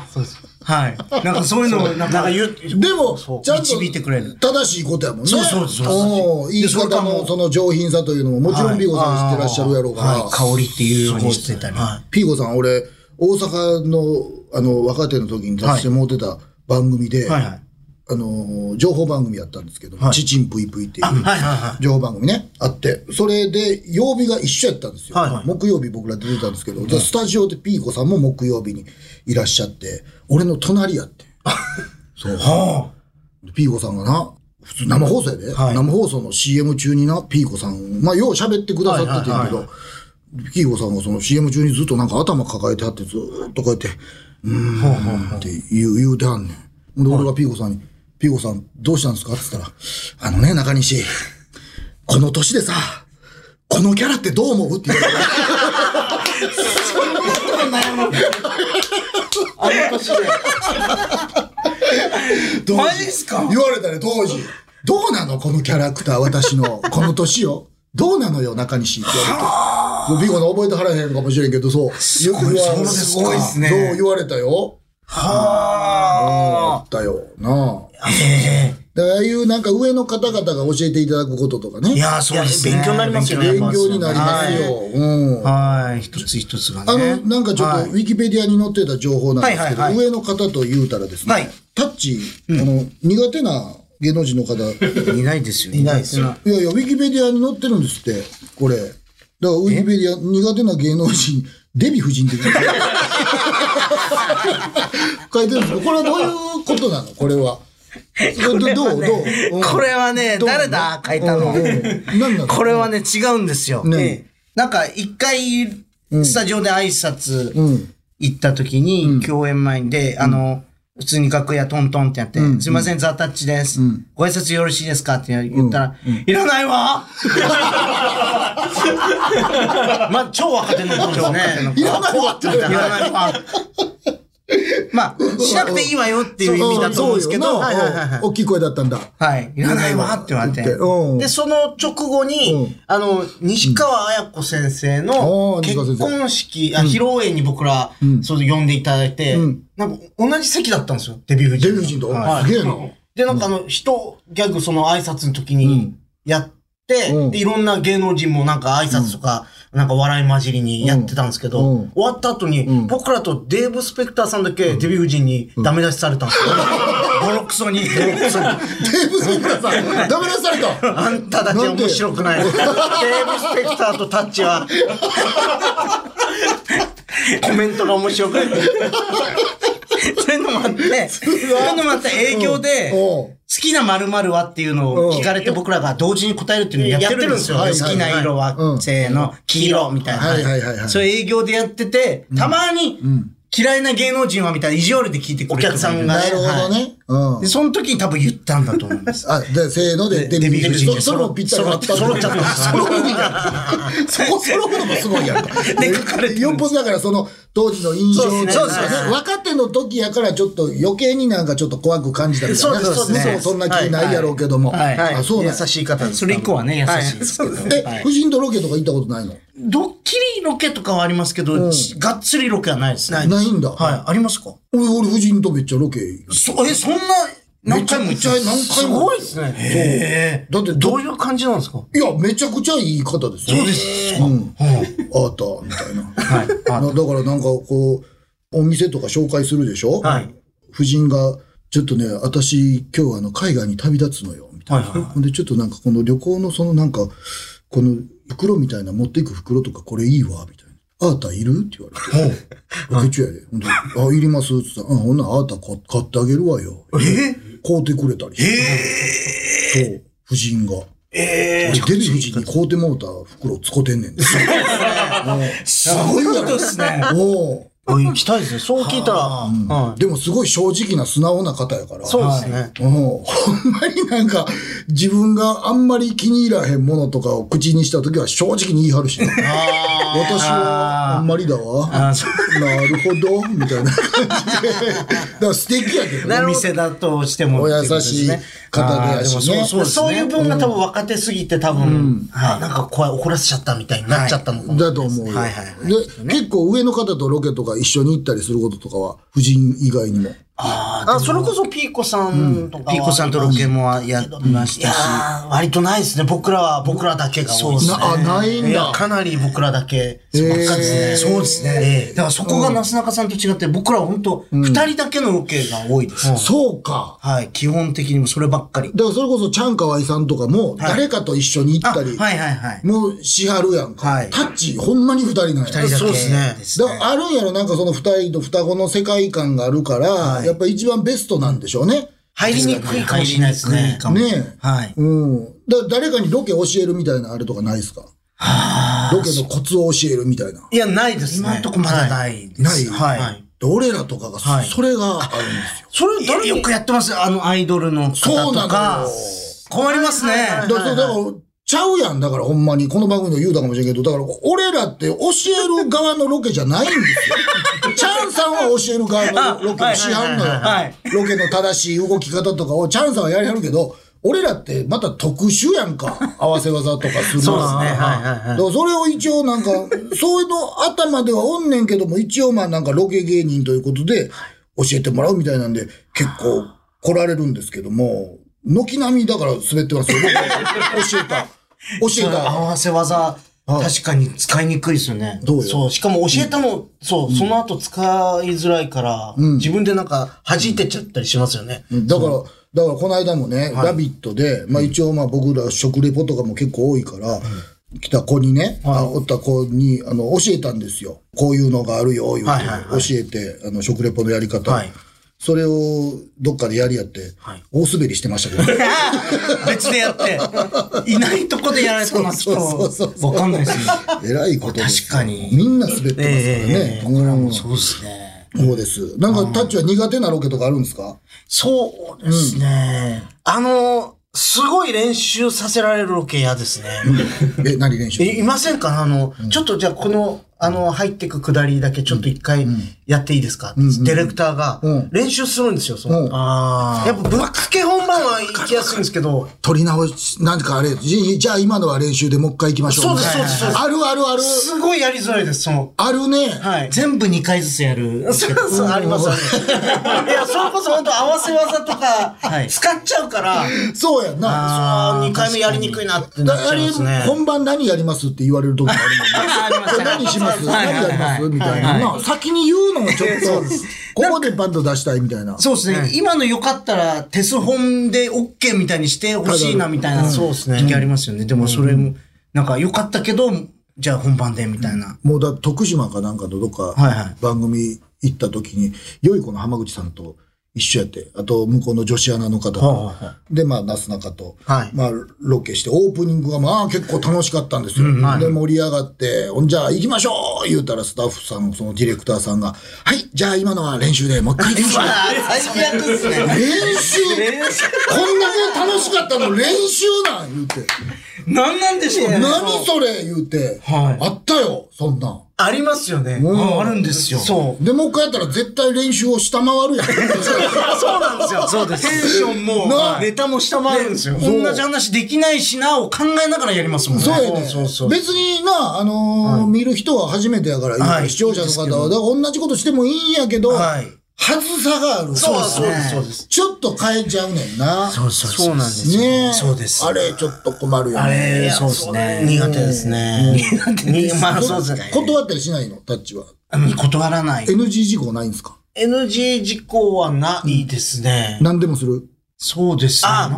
S4: はい。なんかそういうのを、なんか言う、
S2: ー。でも、ちゃんと
S4: 導いてくれる
S2: 正しいことやもんね。
S4: そうそうですそうです
S2: おう言い
S4: でそれ
S2: 方
S4: かも
S2: も、その上品さというのも、もちろんピーコさん知ってらっしゃるやろうから。
S4: はい、香りっていうようにしてたり。は
S2: ピーコさん、俺、大阪の、あの、若手の時に出してもうてた番組で、
S4: いはい。
S2: あのー情報番組やったんですけども、ちちんぷいぷいっていう情報番組ね、あって、それで曜日が一緒やったんですよ。
S4: はいはい
S2: 木曜日僕ら出てたんですけど、でスタジオでピーコさんも木曜日にいらっしゃって、俺の隣やって。
S4: は
S2: ピーコさんがな、普通生放送やで、
S4: はい
S2: 生放送の CM 中にな、ピーコさん、まあ、よう喋ってくださっててんやけど、ピーコさんがその CM 中にずっとなんか頭抱えてはって、ずーっとこうやって、うーんって言う言うてはんねん。ほんで、俺がピーコさんに、ピーコさんどうしたんですかって言ったら、あのね、中西、この年でさ、このキャラってどう思うって言われて。どう
S4: マジっすか
S2: 言われたね、当時。どうなのこのキャラクター、私の、この年よ。どうなのよ、中西って言われて。ビコさん覚えてはらへんかもしれんけど、そう。す
S4: ごいそうですか
S2: ごいっすね。そう言われたよ。
S4: あ。はあ。
S2: あったよ。なあ。だからああいうなんか上の方々が教えていただくこととかね。
S4: いやー、そうですね。
S3: いや勉強になりますよね
S2: 勉強になりますよ。うん。あ
S4: はい。一つ一つがね。
S2: の、なんかちょっと、ウィキペディアに載ってた情報なんですけど、
S4: はいはいは
S2: 上の方と言うたらですね、
S4: はい
S2: タッチ、あの、苦手な芸能人の方、い
S4: いないですよ。
S3: いないですよ。
S2: やいや、ウィキペディアに載ってるんですって、これ。だから、ウィキペディア、苦手な芸能人、デヴィ夫人って書いてある書いてるんですけど、これはどういうことなのこれは。これどうどううん
S4: これはね、
S2: どう
S4: 誰だ書いたの
S2: うん。うんなんなの
S4: これはね、違うんですよ。
S2: ね
S4: ええなんか、一回、スタジオで挨拶
S2: うん。
S4: 行った時に、共演前で、あの、普通に楽屋トントンってやって、すいません、ザ・タッチです。ご挨拶よろしいですかって言ったら、いらないわ まあ、超若手の子ですね。
S2: いらないわって
S4: いらないわ。まあ、しなくていいわよっていう意味だと思うんですけ
S2: そ
S4: ど、
S2: うよな
S4: はいはいはい
S2: 大きい声だったんだ。
S4: はい。いらないわって言われて。
S2: うん
S3: で、その直後に、
S2: うん
S3: あの、西川綾子先生
S2: あー
S3: の
S2: 西川先
S3: 結
S2: 生
S3: 婚式、あ披露宴に僕ら、そう呼んでいただいて、なんか同じ席だったんですよ、デヴィ夫人。
S2: デヴィ夫人と
S3: はい
S2: すげえな
S3: で、なんかあの、人ギャグその挨拶の時にやって、
S2: うん
S3: で、いろんな芸能人もなんか挨拶とか、なんか笑い混じりにやってたんですけど、
S2: うんうん
S3: 終わった後に、僕らとデーブ・スペクターさんだけデヴィ夫人にダメ出しされたんですよ。
S4: ボロクソに。
S2: テーブスクラさん、ダメ出しされた。
S3: あんたたち面白くない。テーブスペクターとタッチは、コメントが面白くない。
S4: そういうのもあって、そういうのもあって営業で、
S2: お
S4: 好
S2: う
S4: きな〇〇はっていうのを聞かれて僕らが同時に答えるっていうのをやってるんですよ。
S2: やってるん
S4: 好
S2: ですよ
S4: きな色
S2: はいはいは、
S4: はいせーの、黄色みた
S2: はい
S4: い
S2: はいはいは
S4: な。
S2: い
S4: そういう営業でやってて、たまに嫌いな芸能人はみたいな意地悪で聞いてくる人
S3: お客さんが
S2: なるほど
S4: はい
S2: ね。うん
S4: で、。その時に多分言ったんだと思います。
S2: あ、で、せーので、デ
S4: デ
S2: ヴィ
S4: ヴィ
S2: 夫
S4: 夫
S2: 人
S4: 人
S2: と。そろぴったり
S4: 揃っ揃っちゃったんです
S2: 揃うんや。そこ揃うのもすごいやんか。
S4: で書かれてるんです
S2: よっぽどだからその当時の印象
S4: そう
S2: と
S4: ですね
S2: かね若手の時やからちょっと余計になんかちょっと怖く感じたみたいな。
S3: そうですそうです
S2: 嘘をそんな気ないやろうけども。
S4: はいはい
S2: あ、そうなん
S3: 優
S2: や
S3: しい方です。
S4: それ以降はね、優しいですけど。
S2: え、夫人とロケとか行ったことないの
S3: ドッキリロケとかはありますけど、がっつりロケはないですね。
S2: ないんだ。
S3: はい、ありますか
S2: 俺、俺、夫人とめっちゃロケ行く。
S3: そえ、そんな、
S2: めちゃくちゃ何回も。
S3: すごいですね。へ
S2: だって、
S3: ど
S2: ど
S3: ういう感じなんですか
S2: いや、めちゃくちゃいい方ですよ。そうです。うん。あった、みたいな。なだからなんかこう、お店とか紹介するでしょ
S3: はい。
S2: 夫人が、ちょっとね、私、今日あの、海外に旅立つのよ、みたいな。ほんで、ちょっとなんかこの旅行のそのなんか、この袋みたいな持っていく袋とかこれいいわ、みたいな。あーたいるって言われて。あ、ケチやで。ほんで、あ、いりますって言ったら、うん、ほんならあーたこ買ってあげるわよ。え買うてくれたりして。そう、夫人が。えデヴィ夫人に買うてもうた袋使うてんねん。 すごいことですね。おう
S3: あ行きたいですね。そう聞いたら、は
S2: でもすごい正直な素直な方やから。
S3: い。そうですね。
S2: うんほんまになんか、自分があんまり気に入らへんものとかを口にしたときは正直に言い張るしね、私はあんまりだわ。なるほど、みたいな感じで。だから素敵やけどね。
S4: お店だとしても。
S2: お優しい方でやしね。
S3: そういう分が多分若手すぎて多分、あなんか怖い怒らせちゃったみたいになっちゃったのかも、
S2: だと思うよ。
S3: はいはいは
S2: で、
S3: い
S2: 結構上の方とロケとか一緒に行ったりすることとかは、夫人以外にも。
S3: あそれこそピーコさんとかは、
S4: ピーコさんとロケもやりまし
S3: いや
S4: たし。
S3: ー割とないですね僕らは僕らだけが多いですね
S2: なあ、ないん
S3: いや
S2: だ。
S3: かなり僕らだけ
S2: え
S3: ばっかですね、
S2: ー
S3: そうですね、ええ
S4: だからそこがなすなかさんと違って、僕らは本当二人だけのロケが多いです。
S2: そうか。
S4: はい。基本的にもそればっかり。
S2: だからそれこそチャンカワイさんとかも誰かと一緒に行
S4: あ、
S2: っ
S4: は
S2: た
S4: い
S2: り、
S4: はいはい。
S2: もうしはるやんか、
S4: はい
S2: タッチほんまに二人なんや
S4: 二人だけ
S3: そうですね
S4: です
S2: だからあるんやろなんかその二人と双子の世界観があるから、やっぱ一番ベストなんでしょうね
S3: 入りにくいかもしれないです
S4: 入りにく
S3: ね
S4: いかもしれない
S2: ねえ
S4: はい。
S2: うんだ誰かにロケ教えるみたいなあれとかないですかロケのコツを教えるみたいない
S3: やないですね
S4: 今んとこまだないで
S2: ない、
S4: す。はい。
S2: で俺らとかがそ,、
S4: はい
S2: れがあるんですよ
S3: それ
S4: いや
S3: 誰
S4: よくやってます。あのアイドルの
S2: そ
S4: 方
S2: うな
S4: とか
S2: のよ。
S4: 困りますね。
S2: だから、だから、ちゃうやん。だから、ほんまに、この番組の言うたかもしれんけど、だから、俺らって教える側のロケじゃないんですよ。チャンさんは教える側のロケをしはんのよ。
S4: はい
S2: ロケの正しい動き方とかをチャンさんはやりはるけど、俺らってまた特殊やん か。合わせ技とかするの
S3: そうですねはいはいはい
S2: だからそれを一応なんか、そういうの頭ではおんねんけども、一応まあなんかロケ芸人ということで、教えてもらうみたいなんで、結構来られるんですけども、軒並みだから滑ってますよ。僕教えた。教え
S3: 合
S2: た。
S3: わせ技、確かに使いにくいですよね。
S2: どうよ
S3: そう、しかも教えたの、そう、その後使いづらいから、自分でなんか弾いてっちゃったりしますよね。
S2: だから、だからこの間もね、ラビット!」で、まあ一応まあ僕ら食レポとかも結構多いから、来た子にね、あおった子に、あの、教えたんですよ。こういうのがあるよ、言うて、
S3: はいはいは
S2: 教えて、あの、食レポのやり方。
S3: はい
S2: それをどっかでやりやって、大滑りしてましたけど、
S3: 別でやって、いないとこでやられてます
S2: そうそうそ
S3: と
S2: う、そう
S3: わかんないですね。
S2: えらいことですよ
S3: 確かに
S2: みんな滑ってますからね。うん
S3: そうですね。
S2: そうです。なんか、タッチは苦手なロケとかあるんですか
S3: そうですね。あの、すごい練習させられるロケ嫌ですね。
S2: え、何練習
S3: え、いませんかあの、ちょっとじゃあこの、あの、入ってく下りだけちょっと一回やっていいですか、ディレクターが
S2: うん
S3: 練習するんですよ、そ
S2: うん
S3: の。あやっぱぶっかけ本番は行きやすいんですけど、
S2: 取り直し、なんかあれ、じじゃあ今のは練習でもう一回行きましょう。
S3: そうですそうですそうです
S2: あるあるある。
S3: すごいやりづらいです、その。
S2: あるね。
S3: はい。
S4: 全部2回ずつやる。
S3: そうそう、あります、あ り ます。いや、それこそ本当合わせ技とか
S4: はい
S3: 使っちゃうから、
S2: そうやんな。
S3: あ2回目やりにくいなってなっ
S2: だ
S3: ち
S2: あ
S3: ゃい
S2: れ
S3: ますね。
S2: 本番何やりますって言われる時もあるも んね。何します
S4: はい
S2: 何やります
S4: はい
S2: みたいなな。先に言うのもちょ っと、ここでバンド出したいみたいな。
S4: そうですね。今の良かったら、テス本で OK みたいにしてほしいな、みたいな。
S3: そうですね
S4: 時期ありますよね。でもそれも、なんか良かったけど、じゃあ本番で、みたいな。
S2: もうだ、徳島かなんかのどっ
S4: はいは
S2: か番組行った時に、良い子の浜口さんと一緒やって、あと向こうの女子アナの方と、で、まあ、なすなかと、
S3: はい
S2: まあ、ロケして、オープニングがまあ結構楽しかったんですよ。で、盛り上がって、ほんじゃあ行きましょう言うたらスタッフさん、そのディレクターさんが、はい、じゃあ今のは練習でもう一回行きましょう。
S3: 最悪ですね。
S2: 練習こんだけ楽しかったの練習なん言うて。
S4: なんなんでしょうね
S2: 何それ言うて、
S4: はい
S2: あったよ、そんなん。
S3: ありますよね。
S4: ああるんですよ。
S3: そう。
S2: で、もう一回やったら絶対練習を下回る やん。
S3: そうなんですよ。そうです。テンションも、
S2: な
S3: ネタも下回るんですよ。
S4: 同じ話できないしなを考えながらやりますもんね。
S2: そうやね
S3: そうそうそう
S2: 別にな、あのー見る人は初めてやから、
S3: はい
S2: 視聴者の方は、だから同じことしてもいいんやけど、
S3: はい
S2: はずさがある。
S3: そうです、そうです、そうです。
S2: ちょっと変えちゃうねんな。
S3: そうそうそうなんですよ。
S2: ねえ
S3: そうです
S2: あれ、ちょっと困るよね。
S3: あれ、そうですね。苦手ですね。苦手です。まあそうですね。
S2: 断ったりしないの、タッチは。
S3: うん断らない。
S2: NG 事項ないんですか
S3: NG 事項はないですね。
S2: 何でもする
S3: そうですね。
S4: あ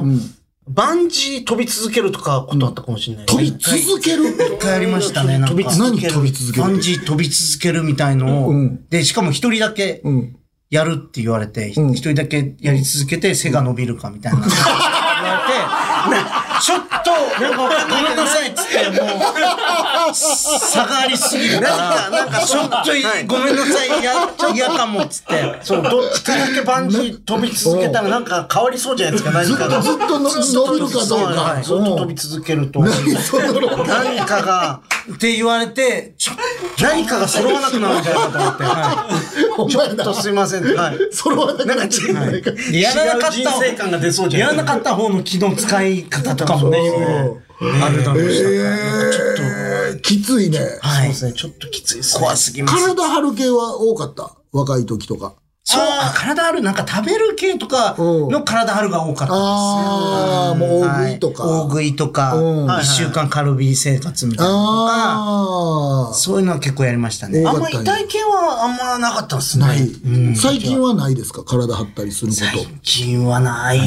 S3: バンジー飛び続けるとか断ったかもしれない。
S2: 飛び続ける
S4: 一回やりましたね、なんか。
S3: 飛び続
S2: 何飛び続ける
S4: バンジー飛び続けるみたいのを、
S2: うん
S4: で、しかも一人だけ
S2: ん
S4: やるって言われて、一、人だけやり続けて背が伸びるかみたいな。言われて、ちょっと、なんかごめんなさいっつって、もう、差がありすぎるから、なんかちょっといごめんなさい、やっちゃ嫌かもっつって。
S3: そう、どっちかだけバンジー飛び続けたらなんか変わりそうじゃないですか、何かが。
S2: ずっとの伸びるかどうか。
S3: はいずっと飛び続けると。 何かが、
S4: って言われて、ちょっ
S3: 何かが揃わなくなるんじゃないかと思って。は
S2: お前
S3: い。ちょっ
S2: ら
S3: と、すいません。はい。
S2: それはなんか違う
S3: はい
S4: とやらなかった
S3: 違う人生観が出そうじゃ
S4: や
S3: な
S4: ら
S3: い
S4: なかった方の気の使い方とかもね、あるだろうし。
S2: えー、きついね。
S3: そうですね。ちょっときついですね。
S4: 怖すぎます。
S2: 体張る系は多かった。若い時とか。
S4: そう、あ体ある、なんか食べる系とかの体あるが多かったです。
S2: ああ、もう大食いとか。
S4: はい大食いとか、
S2: うん
S4: 一週間カロリー生活みたいなのとか、
S2: あ
S4: そういうのは結構やりましたね。
S2: 多
S4: あ
S2: か
S4: ん
S2: っ
S4: ま
S2: たんや
S4: 痛い系はあんまなかったです
S2: あ、
S4: ね。
S2: ない。最近はないですか体張ったりするこ
S4: 最近はない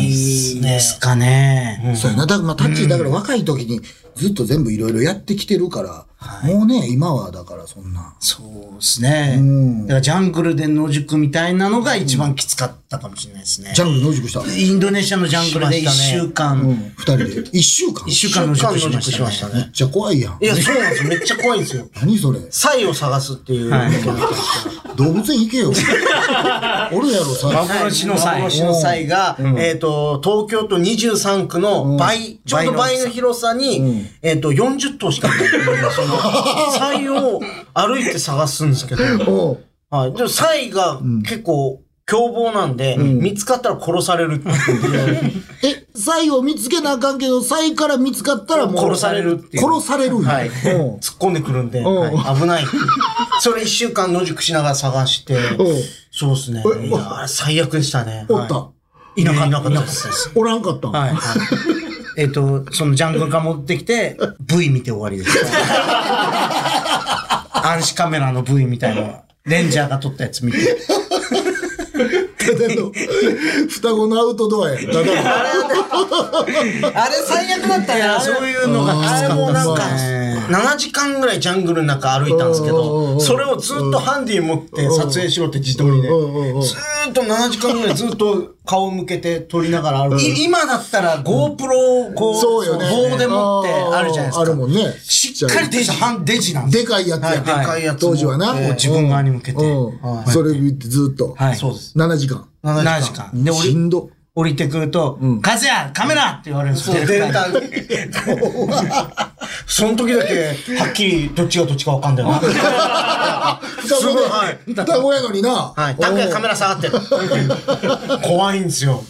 S4: ですか
S2: と。
S4: ね。
S2: そうやな。だから、まあ、タッチ、だから若い時にずっと全部いろいろやってきてるから、もうね、今はだからそんな。
S4: そうですね。だからジャングルで野宿みたいなのが一番きつかったかもしれないですね。
S2: ジャングル野宿した。二
S4: インドネシアのジャングルで
S3: し
S4: 一
S3: ましたね
S4: 週間、
S2: 人で。 一週間
S4: 一週間野宿しま
S3: しま
S4: し
S3: したた
S4: ね。
S2: めっちゃ怖いやん
S3: い。や、そうなんですよ。めっちゃ怖いんですよ。
S2: 何 それ
S3: サイを探すっていう。
S4: はい
S2: 動物園行 けよ。おるやろ、 さ。
S4: 幻の際。
S3: 幻の際が、えっ、と、東京都23区の倍、ちょうど倍の広さに、えっ、と、40頭しかない。その、際を歩いて探すんです けど、
S2: おう
S3: はい。でも、際が結構凶暴なんで、見つかったら殺されるって いう。
S2: え、サイを見つけなあかんけど、サイから見つかったらもう。
S3: 殺されるっていう
S2: 殺されるんや
S3: はい。
S2: おう
S3: 突っ込んでくるんで、
S2: ん
S3: はい危ない。それ一週間野宿しながら探して
S2: おう、
S3: そうですね。いや、最悪でしたね。
S2: おっ
S3: はい
S2: た。
S3: いなかったです。
S2: おらんかったん、
S3: はい。 はいえっと、そのジャングル化持ってきて、V 見て終わりです。暗視カメラの V みたいな、レンジャーが撮ったやつ見て。
S2: ただの双子のアウトドアや。 ただの
S3: あれ最悪だったな、そういうのがきつかった
S2: あ
S3: っすね。
S4: 7時間ぐらいジャングルの中歩いたんですけど、それをずっとハンディ持って撮影しろって自撮りで。ずーっと7時間ぐらいずっと顔向けて撮りながら歩いて。い今だったら GoPro をこう、
S2: そうよね。
S4: 棒で持ってあるじゃないですか。
S2: あるもんね。
S4: しっかりデジ、ハンデジなんです
S2: でかいやつや。
S4: はいでかいやつ
S2: 当時はな。
S4: もう自分側に向けて。
S2: うん
S4: は
S2: それ言ってずっと。
S3: はい。
S4: そうです。
S2: 7時間。
S3: 7時間。で、降
S2: し
S3: り
S2: ん ど。
S3: 降りてくると、カズヤカメラって言われるんですよ。
S4: データ。 その時だけ、
S3: はっきりどっちがどっちかわかんないな。
S2: 双子で
S4: はい
S2: 双子やのにな。
S4: はい。拓也カメラ下がってる。 怖いんですよ。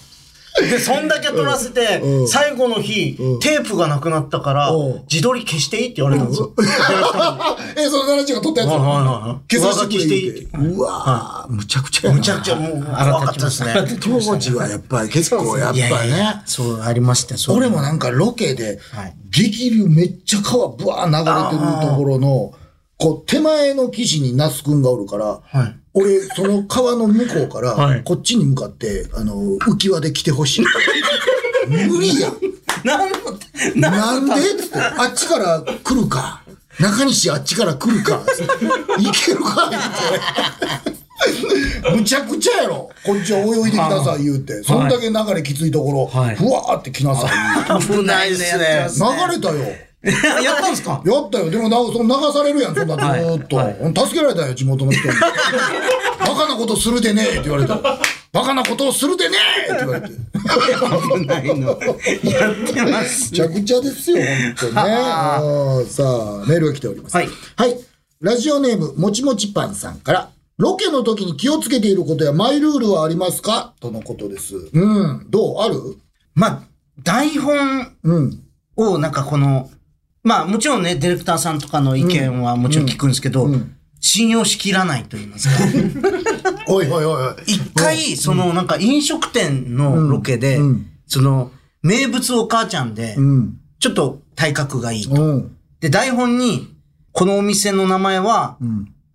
S4: で、そんだけ撮らせて、最後の日、テープがなくなったから
S2: うん、
S4: 自撮り消していいって言われたんですよ。
S2: え、その7時間撮ったやつ。
S4: はいはいはい
S2: 消させてくれ言うて
S4: 上
S2: うわぁ、むちゃくちゃやな。
S4: むちゃくちゃもう、怖かったですね。
S2: 当時はやっぱり結構やっ
S4: い
S2: ぱ
S4: やい
S2: ね
S4: や。そう、ありましたよそう
S2: 俺もなんかロケで、激流めっちゃ川ブワー流れてるところの、こう手前の岸に那須くんがおるから、
S4: はい
S2: 俺その川の向こうから、
S4: はい
S2: こっちに向かって、あの、浮き輪で来てほしい。無理やん。
S3: なんの、
S2: なんでっつって、あっちから来るか。中西あっちから来るか。つって行けるかって。むちゃくちゃやろ。こっちは泳いできなさい言うて。そんだけ流れきついところ、
S3: はい
S2: ふわーって来なさい言うて
S3: 危ないですね。
S2: 流れたよ。
S3: やったんですか
S2: やったよ。でもな、その流されるやん、そんなずーっと。ほん助けられたよ、地元の人 に。バカなことするでねえって言われた。バカなことをするでねえって言われて。
S3: 危ないの。やってます。
S2: めちゃくちゃですよ、本当ね。うんさあ、メールが来ております。
S3: はい。
S2: はい。ラジオネーム、もちもちパンさんから、ロケの時に気をつけていることやマイルールはありますかとのことです。うん。どうある
S3: まあ、台本
S2: うん。
S3: をなんかこの、まあもちろんね、ディレクターさんとかの意見はもちろん聞くんですけど、信用しきらないと言います か。
S2: おいおいおいおい。
S3: 一回、そのなんか飲食店のロケで、その名物お母ちゃんで、
S2: うん。
S3: ちょっと体格がいいと。
S2: うん。
S3: で、台本に、このお店の名前は、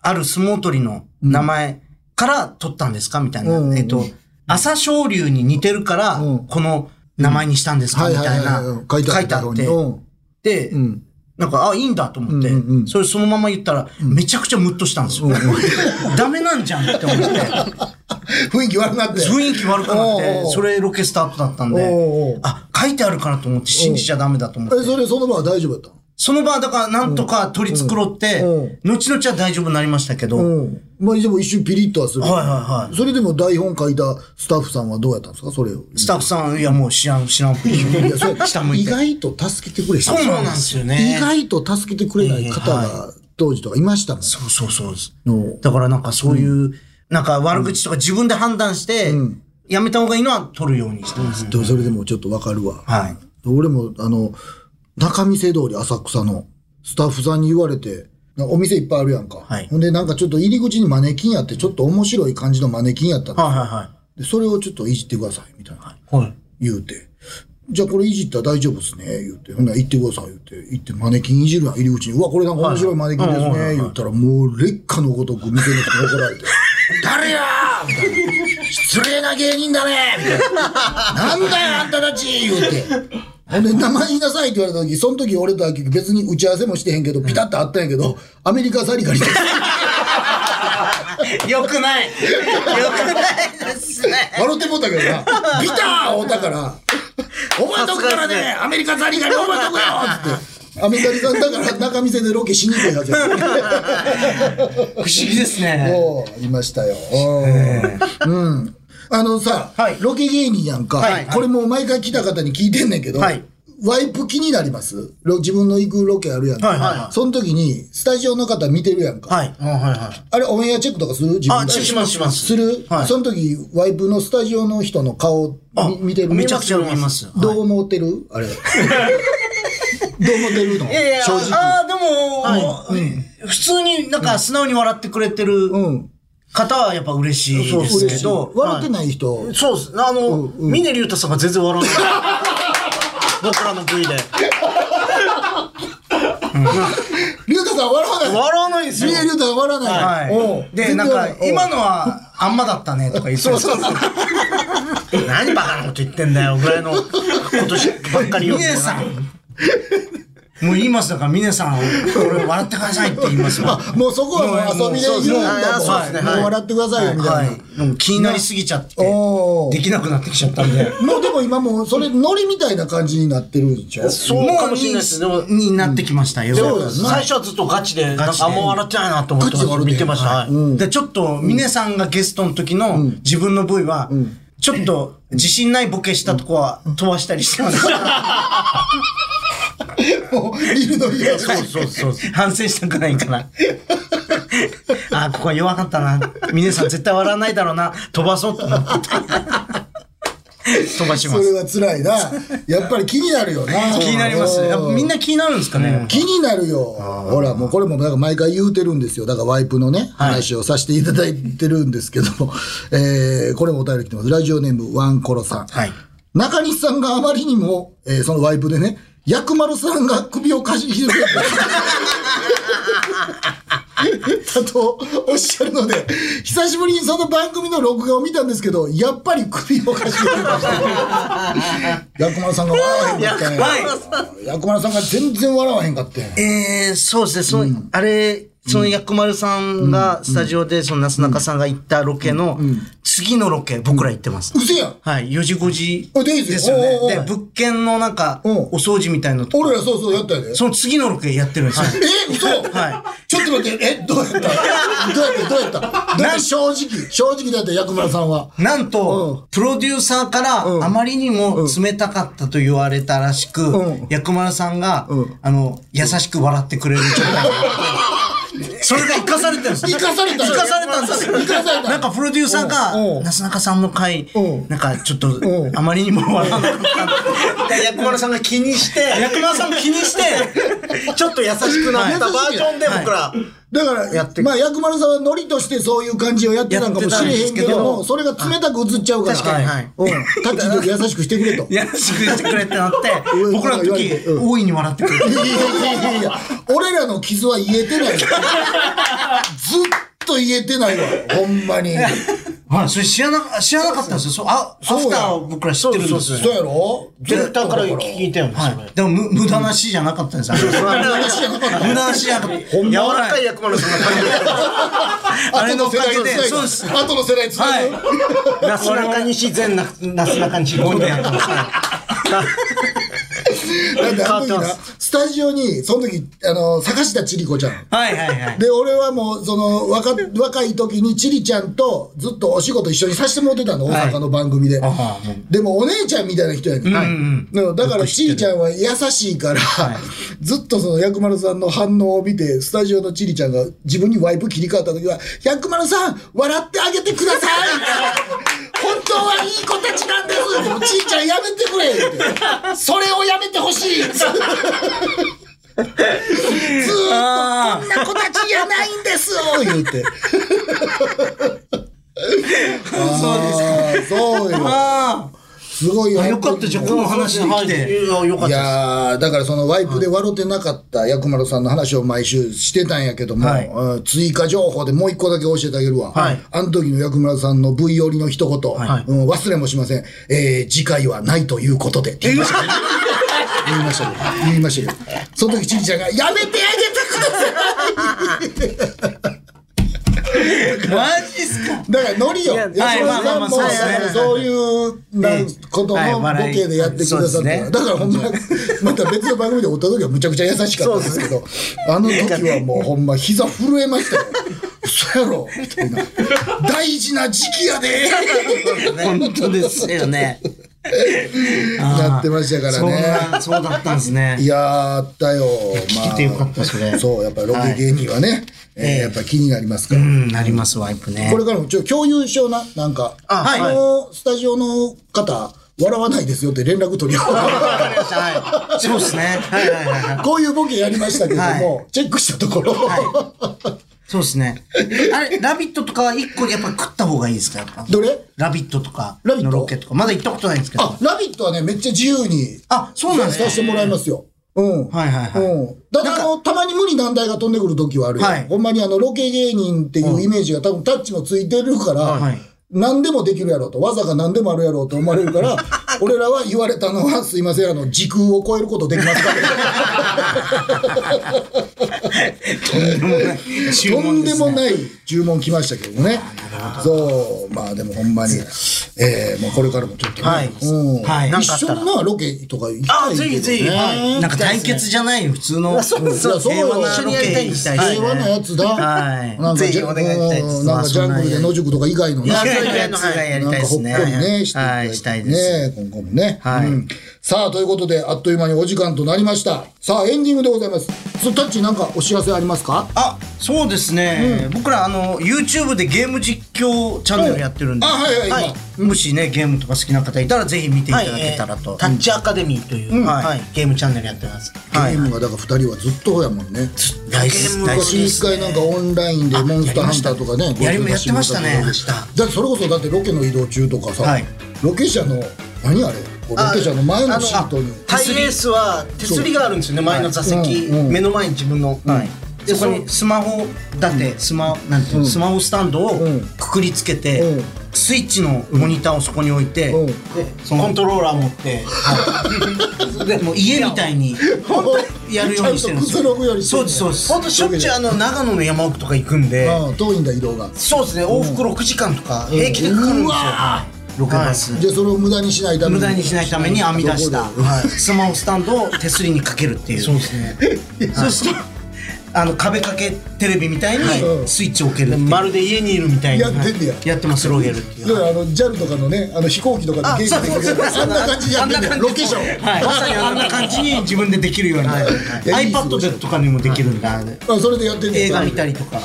S3: ある相撲取りの名前から取ったんですかみたいな。
S2: うん
S3: えっと、朝青龍に似てるから、
S2: うん
S3: この名前にしたんですか、
S2: はい
S3: み
S2: はい
S3: たいな、
S2: はい。書いてあったよ
S3: 書いうて
S2: に。
S3: あっ
S2: うん
S3: て、で、なんか、あ、いいんだと思って、
S2: うんうんうん
S3: それそのまま言ったら、めちゃくちゃムッとしたんですよ。 ダメなんじゃんって思 って、
S2: 雰囲気悪なって。
S3: 雰囲気悪くなっ
S2: おう
S3: て
S2: お、う
S3: それロケスタートだったん
S2: おうお
S3: で
S2: う、
S3: あ、書いてあるからと思って信じちゃダメだと思って
S2: え、。それその場は大丈夫だったの
S3: その場だからなんとか取り繕って、
S2: うん
S3: 後々は大丈夫になりましたけど、
S2: うん。まあ、でも一瞬ピリッとはする。
S3: はいはいはい
S2: それでも台本書いたスタッフさんはどうやったんですかそれを。
S3: スタッフさん、いやもう知らん、知らんぷり。
S2: いやそれ
S3: 下向い
S2: 意
S3: て。
S2: 外と助けてくれ
S3: そうなんですよね
S2: 意外と助けてくれない方が当時とかいましたもん。
S3: そうそうそうです
S2: うん。
S3: だからなんかそういう、なんか悪口とか自分で判断して、やめた方がいいのは取るようにしてます。
S2: でもそれでもちょっとわかるわ。
S3: はい。
S2: 俺も、あの、中見世通り浅草のスタッフさんに言われて、お店いっぱいあるやんか。
S3: はい
S2: ほんで、なんかちょっと入り口にマネキンやって、ちょっと面白い感じのマネキンやったんです
S3: はいは
S2: でそれをちょっといじってください、みたいな。
S3: いはい。はい。
S2: 言うて。じゃあこれいじったら大丈夫ですね、言うて。ほんなら行ってください、言うて。行ってマネキンいじるやん、入り口に。うわ、これなんか面白いマネキンですね、言ったら、もう劣化のごとく店の人に怒られて。誰やーみたいな。 失礼な芸人だねみたいな。なんだよ、あんたたち言うて。ほんで、名前言いなさいって言われた時、その時俺とは別に打ち合わせもしてへんけど、ピタッとあったんやけど、アメリカザリガニです。
S3: よくないよくないですね。
S2: 笑ってもうたけどな。ビター会うたから、覚えとくからね、アメリカザリガニ覚えとくよつっ て。アメリカリさんだから中見せでロケしにくいはずや。
S3: 不思議です ね。
S2: おーいましたよ。おーうん。あのさ、
S3: はい
S2: ロケ芸人やんか、
S3: はい
S2: これもう毎回来た方に聞いてんねんけど、
S3: はい
S2: ワイプ気になりますロ自分の行くロケあるやんか、
S3: はいはいはい
S2: その時にスタジオの方見てるやんか、
S3: はい。はいはい。
S2: あれオンエアチェックとかする自分
S3: あ
S2: で
S3: しますします
S2: する、
S3: はい
S2: その時ワイプのスタジオの人の顔
S3: あ
S2: み見てる
S3: めちゃくちゃ見ますはい
S2: どう思ってるあれどう思ってるの
S3: いやいや、
S2: 正直
S3: ああ、でも、普通になんか素直に笑ってくれてる
S2: うん
S4: 方はやっぱ嬉しいですけど。
S2: 笑ってない人。
S4: はいそうです。あの、峰竜太さんが全然笑わない。 僕らの V で。
S2: りゅうたさん笑わない。
S4: 笑わないですよ
S2: り。ゅうたさん笑わない。お
S4: は
S2: う
S4: い。で、
S2: 全然
S4: なん
S2: 笑わ
S4: か、
S2: い
S4: 今のは、あんまだったねとか言ってそうそうそう。
S5: 何バカなこと言ってんだよ、ぐらいのことしばっかりよ。
S4: 峰さん。もう言いますだから、峰さん、俺笑ってくださいって言いますよ。
S2: おうもうそこはもう遊びで言うんだ
S4: もうそうですね
S2: もんもう笑ってくださいよ、みたいな。
S4: はい。もう気になりすぎちゃって、
S2: おう
S4: できなくなってきちゃったんで。
S2: もうでも今もう、それ、ノリみたいな感じになってるんちゃう
S4: も
S5: そうかもしれないです。でも
S4: う、にになってきましたよ。
S2: そうですね
S5: 最初はずっとガチで、なん
S4: チで
S5: かあんま笑ってないなと思って
S2: ガチで笑って
S5: 見てました。はい
S4: で、ちょっと、峰さんがゲストの時の自分の部位は、ちょっと自信ないボケしたとこは飛ばしたりしてます。
S2: もう、 いるのいや、そう
S4: そうそうそう。反省したくないから。 あー、ここは弱かったな。峰さん絶対笑わないだろうな。飛ばそうと思って。飛ばしま
S2: それ
S4: す。
S2: は辛いな。やっぱり気になるよな。
S4: 気になります。やっぱみんな気になるんですかね。
S2: 気になるよ。ほら、もうこれもなんか毎回言うてるんですよ。だからワイプのね、話をさせていただいてるんですけども、えー、これもお便り来てます。ラジオネーム、ワンコロさん。
S4: はい。
S2: 中西さんがあまりにも、えーそのワイプでね、薬丸さんが首をかしげてる。だとおっしゃるので、久しぶりにその番組の録画を見たんですけど、やっぱり首をかしげてました。薬丸さんが笑わへんかったんや
S4: はい
S2: 薬丸さんが全然笑わへんかったんや
S4: えー、そうですね、そのあれ、その薬丸さんがスタジオで、そのなすなかさんが行ったロケの、次のロケ、僕ら行ってます。
S2: うせやん
S4: はい、4時5時
S2: あデイズ
S4: ですよね。
S2: おうおうおう
S4: で、物件のなんか、
S2: うん
S4: お掃除みたいなとこ
S2: 俺らそうそうやったんやで。
S4: その次のロケやってるんですよ。
S2: え嘘
S4: は
S2: ちょっと待って、えどうやったどうやったどうやったどうやった正直、正直だった薬丸さんは。
S4: なんと、プロデューサーから、
S2: ん
S4: あまりにも冷たかったと言われたらしく、
S2: うん
S4: 薬丸さんが、
S2: うん
S4: あの、優しく笑ってくれる状態になって。それが生かされてるんです
S2: 生かされたんや
S4: 生かされたんですよ
S2: 生かされた
S4: なんかプロデューサ
S2: う
S4: ー
S2: んうん
S4: が、なすなかさんの回
S2: うん、
S4: なんかちょっと
S2: う、ん
S4: あまりにも笑わなくなって
S5: で薬丸さんが気にして、
S4: 薬丸さん気にして、
S5: ちょっと優しくなったバージョンで
S4: はい
S5: 僕ら、
S2: だから、
S4: やって
S2: まあ、薬丸さんはノリとしてそういう感じをやってたんかもしれへんけども、
S4: やってたんですけど
S2: それが冷たく映っちゃうから、
S4: 確かにはい
S2: うん、タッチの時優しくしてくれと。いや
S4: 優しくしてくれってなって
S2: う、ん
S4: 僕らの
S2: 言われ
S4: 時
S2: て、うん
S4: 大いに笑ってくれて
S2: い。やいやいやいや、俺らの傷は癒えてないわ。ずっと癒えてないわ、ほんまに。
S4: はい、それ知らな、知らなかったんですよ。そう、あ、ア
S2: うや
S4: フターを僕ら知ってるんですよ。
S2: そうやろ
S5: ディレクターから聞いたよね、それ
S4: はい。でも、む無駄な死じゃなかったんですよ。無駄な死じゃなかった。無駄な死じゃなかった。柔
S5: 柔
S4: ら
S5: ら
S4: か
S5: かい
S4: い。
S5: 薬丸さんが感じ
S4: あれのおかげで、
S2: 後
S4: そう
S2: の
S4: です
S2: 世。代後の世代つな
S4: は
S2: ぐ
S4: い。
S5: なすなかにし全ななすなかにし5人やったんですね
S2: なんであの時
S5: 変わ
S2: な
S5: ってま
S2: スタジオに、その時、あの、坂下千里子ちゃん。
S4: はいはいはい。
S2: で、俺はもう、その、若、若い時に千里ちゃんとずっとお仕事一緒にさせてもらってたの、大阪の番組で。
S4: は
S2: でも、お姉ちゃんみたいな人やねん。うんだから、千里ちゃんは優しいから、ずっとその、薬丸さんの反応を見て、スタジオの千里ちゃんが自分にワイプ切り替わった時は、薬丸さん、笑ってあげてください 本当はいい子たちなんですでもちいちゃんやめてくれってそれをやめてほ しいずーっとこんな子たちじゃないんですよ言うて。そうですか。そうよ。
S4: あ
S2: すごいよ。
S4: あ。よかった、じゃあこの話できて。
S5: いやよかっ
S2: い
S5: たです
S2: やーだからそのワイプで笑ってなかった薬丸さんの話を毎週してたんやけども、
S4: はい
S2: うん追加情報でもう一個だけ教えてあげるわ。
S4: はい
S2: あの時の薬丸さんの V 寄りの一言、
S4: はい
S2: うん忘れもしません。えー次回はないということで。って言いましたね。言いましたけど、言いましたけど。その時、ちんちゃんが、やめてあげてください
S4: マジっすか
S2: だからノリよ。い
S4: いや
S2: や、それ
S4: はいまあまあま
S2: は
S4: あ
S2: もう
S4: そうですね
S2: あのそういうな
S4: ええ
S2: こと
S4: はい
S2: のボ
S4: 笑い
S2: ケでやってくださ
S4: そ
S2: っ
S4: う
S2: た
S4: で
S2: から。
S4: すね
S2: だからほん ま、また別の番組でおった時はむちゃくちゃ優しかったんですけど、あの時はもうほんま膝震えましたよ。嘘やろみたいな。大事な時期やで
S4: 本当ですよね。
S2: やってましたから
S4: そう
S2: ね。
S4: だ、そうだったんですね
S2: い。やあったよ。まあ、
S4: てよかったそれ
S2: そう、やっぱりロケ芸人はね、えー
S4: ええ
S2: やっぱ気になりますか
S4: う
S2: ら。
S4: ん、なります、ワイプね
S2: こ。れからもちょっと共有しような、なんか。
S4: あはい
S2: あのスタジオの方、笑わないですよって連絡取り合
S4: わかり
S2: う。
S4: ましたはいそうですね。はいはいはいはい。
S2: こういうボケやりましたけども、チェックしたところ、
S3: そうですね。あれ、ラビットとか一個やっぱ食った方がいいですかやっぱ
S2: どれ
S3: ラビットとか
S2: ラビット
S3: のロケとか。まだ行ったことないんですけど
S2: あ。、ラビットはね、めっちゃ自由に、
S3: あ、そうなんです
S2: さ
S3: か
S2: せてもらいますよ。うん。
S3: はいはいはい
S2: うん。だってあの、たまに無理難題が飛んでくる時はあるよ。
S3: はい
S2: ほんまにあの、ロケ芸人っていうイメージが多分タッチもついてるから、
S3: はい
S2: 何でもできるやろうと、技が何でもあるやろうと思われる から、俺らは言われたのは、すいません、あの、時空を超えることできますかとんでもない注文来ましたけどね。そう、まあでもほんまに、えー、もうこれからもちょっとね、
S3: はい
S2: うん
S3: はいなんかあっ
S2: 一緒
S3: たら
S2: にな、ロケとか行き
S3: あ
S2: た、いけど、ね。
S3: ぜひぜひ。はいなんか対決じゃない普通の。そう
S2: そうそう
S3: 平和なロケ行きたいですね。
S2: 平和なやつだ。
S3: はい
S2: なんか
S3: ぜ
S2: ジ
S3: ひ
S2: ャ
S3: お願いしたいです
S2: うんなんかジャングルで野宿とか以外のね。
S3: あそういう
S2: な
S3: やつがやりた
S2: ん
S3: いで
S2: かほ
S3: す
S2: っこり
S3: ね。
S2: ね、していただ
S3: はい、
S2: い
S3: した
S2: て
S3: いです。
S2: ね、今後もね。
S3: はい
S2: うんさあ、ということで、あっという間にお時間となりました。さあ、エンディングでございます。そうタッチなんかお知らせありますか
S3: あ、そうですね。僕らあの YouTube でゲーム実況チャンネルやってるんで、
S2: あはいはいはい
S3: もしねゲームとか好きな方いたらぜひ見ていただけたらと。
S5: タッチアカデミーという、はいゲームチャンネルやってます。
S2: ゲームがだから二人はずっとやもんね。
S3: 大事大
S2: 昔
S3: 事で
S2: 一
S3: す。
S2: 回なんかオンラインでモンスターハンターとかね。
S3: やりまやってましたね
S2: だってそれこそだってロケの移動中とかさ、
S3: はい
S2: ロケ車の何あれこうロケ車の前のシートに
S5: タイレースは手すりがあるんですよね、前の座席、
S2: うんうん
S5: 目の前に自分の。
S3: はい。でそこにスマホだってスマなんていうのスマホスタンドを
S2: うん
S3: くくりつけて、
S2: うん
S3: スイッチのモニターをそこに置いて、
S2: うん
S3: その
S5: コントローラー持って、
S3: でもう家みたいにやるようにしてるんです
S2: ちゃんとくつろぐよう
S3: よ。
S2: にして
S3: そ
S2: る
S3: うですそうです
S5: ほん。としょっちゅうあの長野の山奥とか行くんで、
S2: ああ遠いんだ移動が
S5: そうですね、往復6時間とか平気でかかるんですよ。
S3: ロケバス。
S2: じゃあそれを無駄にしないために
S3: 無駄にしないために編み出した、
S2: どこで
S3: スマホスタンドを手すりにかけるっていうそうですね、そしてあの壁掛けテレビみたいにスイッチを置けるっていう
S5: まるで家にいるみたい
S2: や
S5: な。
S2: ってんねや
S3: やってますロゲルってい
S2: だ
S3: う
S2: からあの JAL とかのねあの飛行機とかでゲームできるけどあんな感じでやってんねやロケション
S3: はい、まさにあんな感じに自分でできるように、
S2: いいです
S3: iPad でとかにもできるんだ、
S2: あそれでやってんねや
S3: 映画見たりとか
S2: あ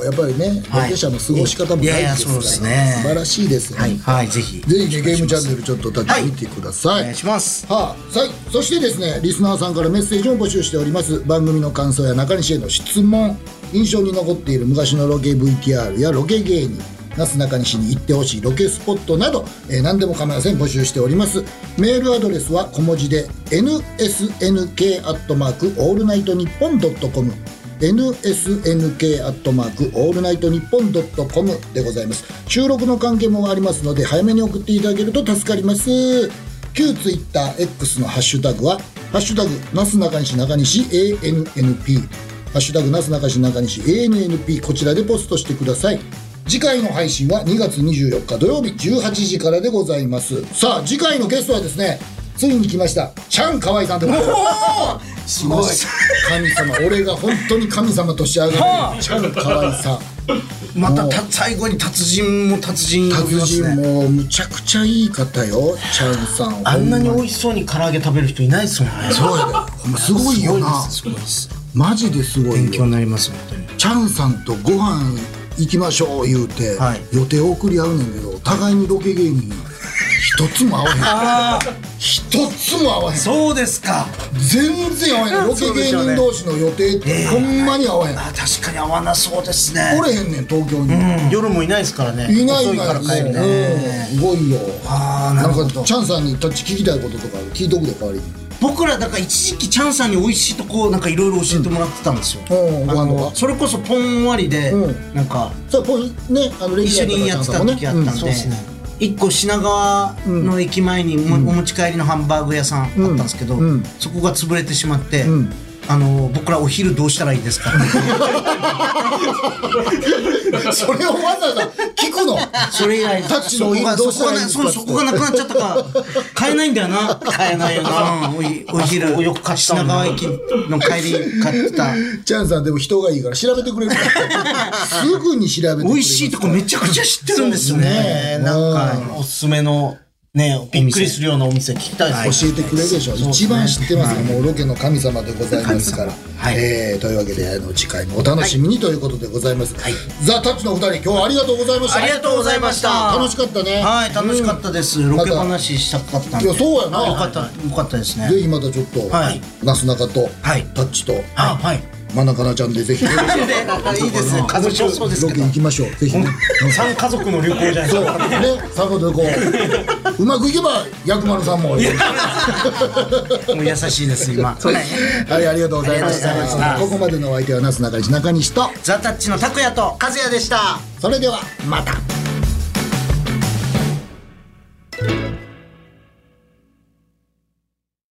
S2: あやっぱりねロケ車の過ごし方も大事ですから
S3: いやいやそうですね
S2: 素晴らしいですね
S3: はい、はい、ぜひ
S2: ぜひねゲームチャンネルちょっと立ち見てくださ
S3: お願いします
S2: はあ、さいそしてですねリスナーさんからメッセージを募集しております番組の感想や中西への質問印象に残っている昔のロケ VTR やロケ芸人なすなかにしに行ってほしいロケスポットなど、えー何でも構いません募集しておりますメールアドレスは小文字で nsnk アットマークオールナイトニッポンドットコム nsnk アットマークオールナイトニッポンドットコムでございます収録の関係もありますので早めに送っていただけると助かります旧 TwitterX のハッシュタグは「ハッシュタグなすなかにし中西 ANNP」「ハッシュタグなすなかにし中西 ANNP」こちらでポストしてください次回の配信は2月24日土曜日18時からでございますさあ次回のゲストはですねついに来ましたチャンカワイさんでございますすごい神 様俺が本当に神様としてあげるチャンカワイさん
S3: またた最後に達人も達人呼びま
S2: 達
S3: す
S2: 人
S3: ね
S2: もむちゃくちゃいい方よチャンさん
S5: あんなに美味しそうに唐揚げ食べる人いないですもんね。
S2: そうやでほんますごいよな
S5: すごいです。
S2: マジですごい
S5: 勉強
S2: よ
S5: になります、本当に。
S2: チャンさんとご飯行きましょう言うて、
S5: はい
S2: 予定送り合うねんけど互いにロケ芸人一つも合わへん一つも合わへん
S3: そうですか
S2: 全然合わへんロケ芸人同士の予定ってほんまに合わへん、
S3: あ確かに合わなそうですね
S2: おれへんねん東京に、
S5: 夜もいないですからね。
S2: いない
S5: 遅
S2: い
S5: い
S2: な
S5: か
S2: い
S5: ら帰るね。
S2: ねすごいよ
S3: ああな
S2: なん
S3: るほど
S2: かチャンさんにタッチ聞きたいこととか聞いとくで代わりに
S3: 僕らだから一時期チャンさんに美味しいとこなんかいろいろ教えてもらってたんですよ、
S2: うん
S3: あ
S2: ご飯と
S3: の
S2: か
S3: それこそポン割りで、
S2: うん
S3: なんか
S2: さあポインねあのレギ
S3: 一緒
S2: ュラ
S3: に
S2: ー
S3: や
S2: の
S3: って
S2: 方も
S3: た
S2: ね
S3: 時あったんで,、
S2: うんそうっすね
S3: 一個品川の駅前にもお,、持ち帰りのハンバーグ屋さんあったんですけど、
S2: うん
S3: そこが潰れてしまって、
S2: ん
S3: あの僕らお昼どうしたらいいですか
S2: それをわざわざ聞くの
S3: それ以来
S2: タッチのお昼どうしたらいいですか
S3: そこがなそうそこがなくなっちゃったから買えないんだよな買えないよな、 うんおいお昼
S5: よく買った
S3: 品
S5: んだ
S3: 川駅の帰り買ってた
S2: チャンさんでも人がいいから調べてくれるからすぐに調べてくれる
S3: 美味しいとこめちゃくちゃ知ってるんですよね。
S5: ねなんか、おすすめの、ね、びっくりするようなお店聞きたいです。
S2: 教えてくれるでしょ、一番知ってますよ、もうロケの神様でございますから、
S3: はい
S2: えーというわけであの次回もお楽しみにということでございます、ザ・タッチのお二人今日はありがとうございました
S3: ありがとうございました
S2: 楽しかったね
S3: はい、楽しかったです。ロケ話したかったんで。
S2: いやそうやな
S3: よかった、よかったですね。
S2: ぜひまたちょっと、
S3: はい
S2: なすなかと、
S3: はい
S2: タッチと、
S3: あ、はい。
S2: 真中なちゃんでぜひ。
S4: いいですね。風邪そうです
S2: ロ
S4: け
S2: ケ
S4: ど
S2: 行。きましょう。ぜひね。
S4: 三家族の旅行じゃないです
S2: そう
S4: か。
S2: ね、最後でこう。うまくいけば、薬丸さんも。
S4: もう優しいです、今。
S2: はい、ありがとうございまし
S4: ありがとうございま
S2: た。
S4: した
S2: ここまでのお相手はなすなかにし中西と、
S4: ザ・タッチの拓也と和也でした。
S2: それでは、また。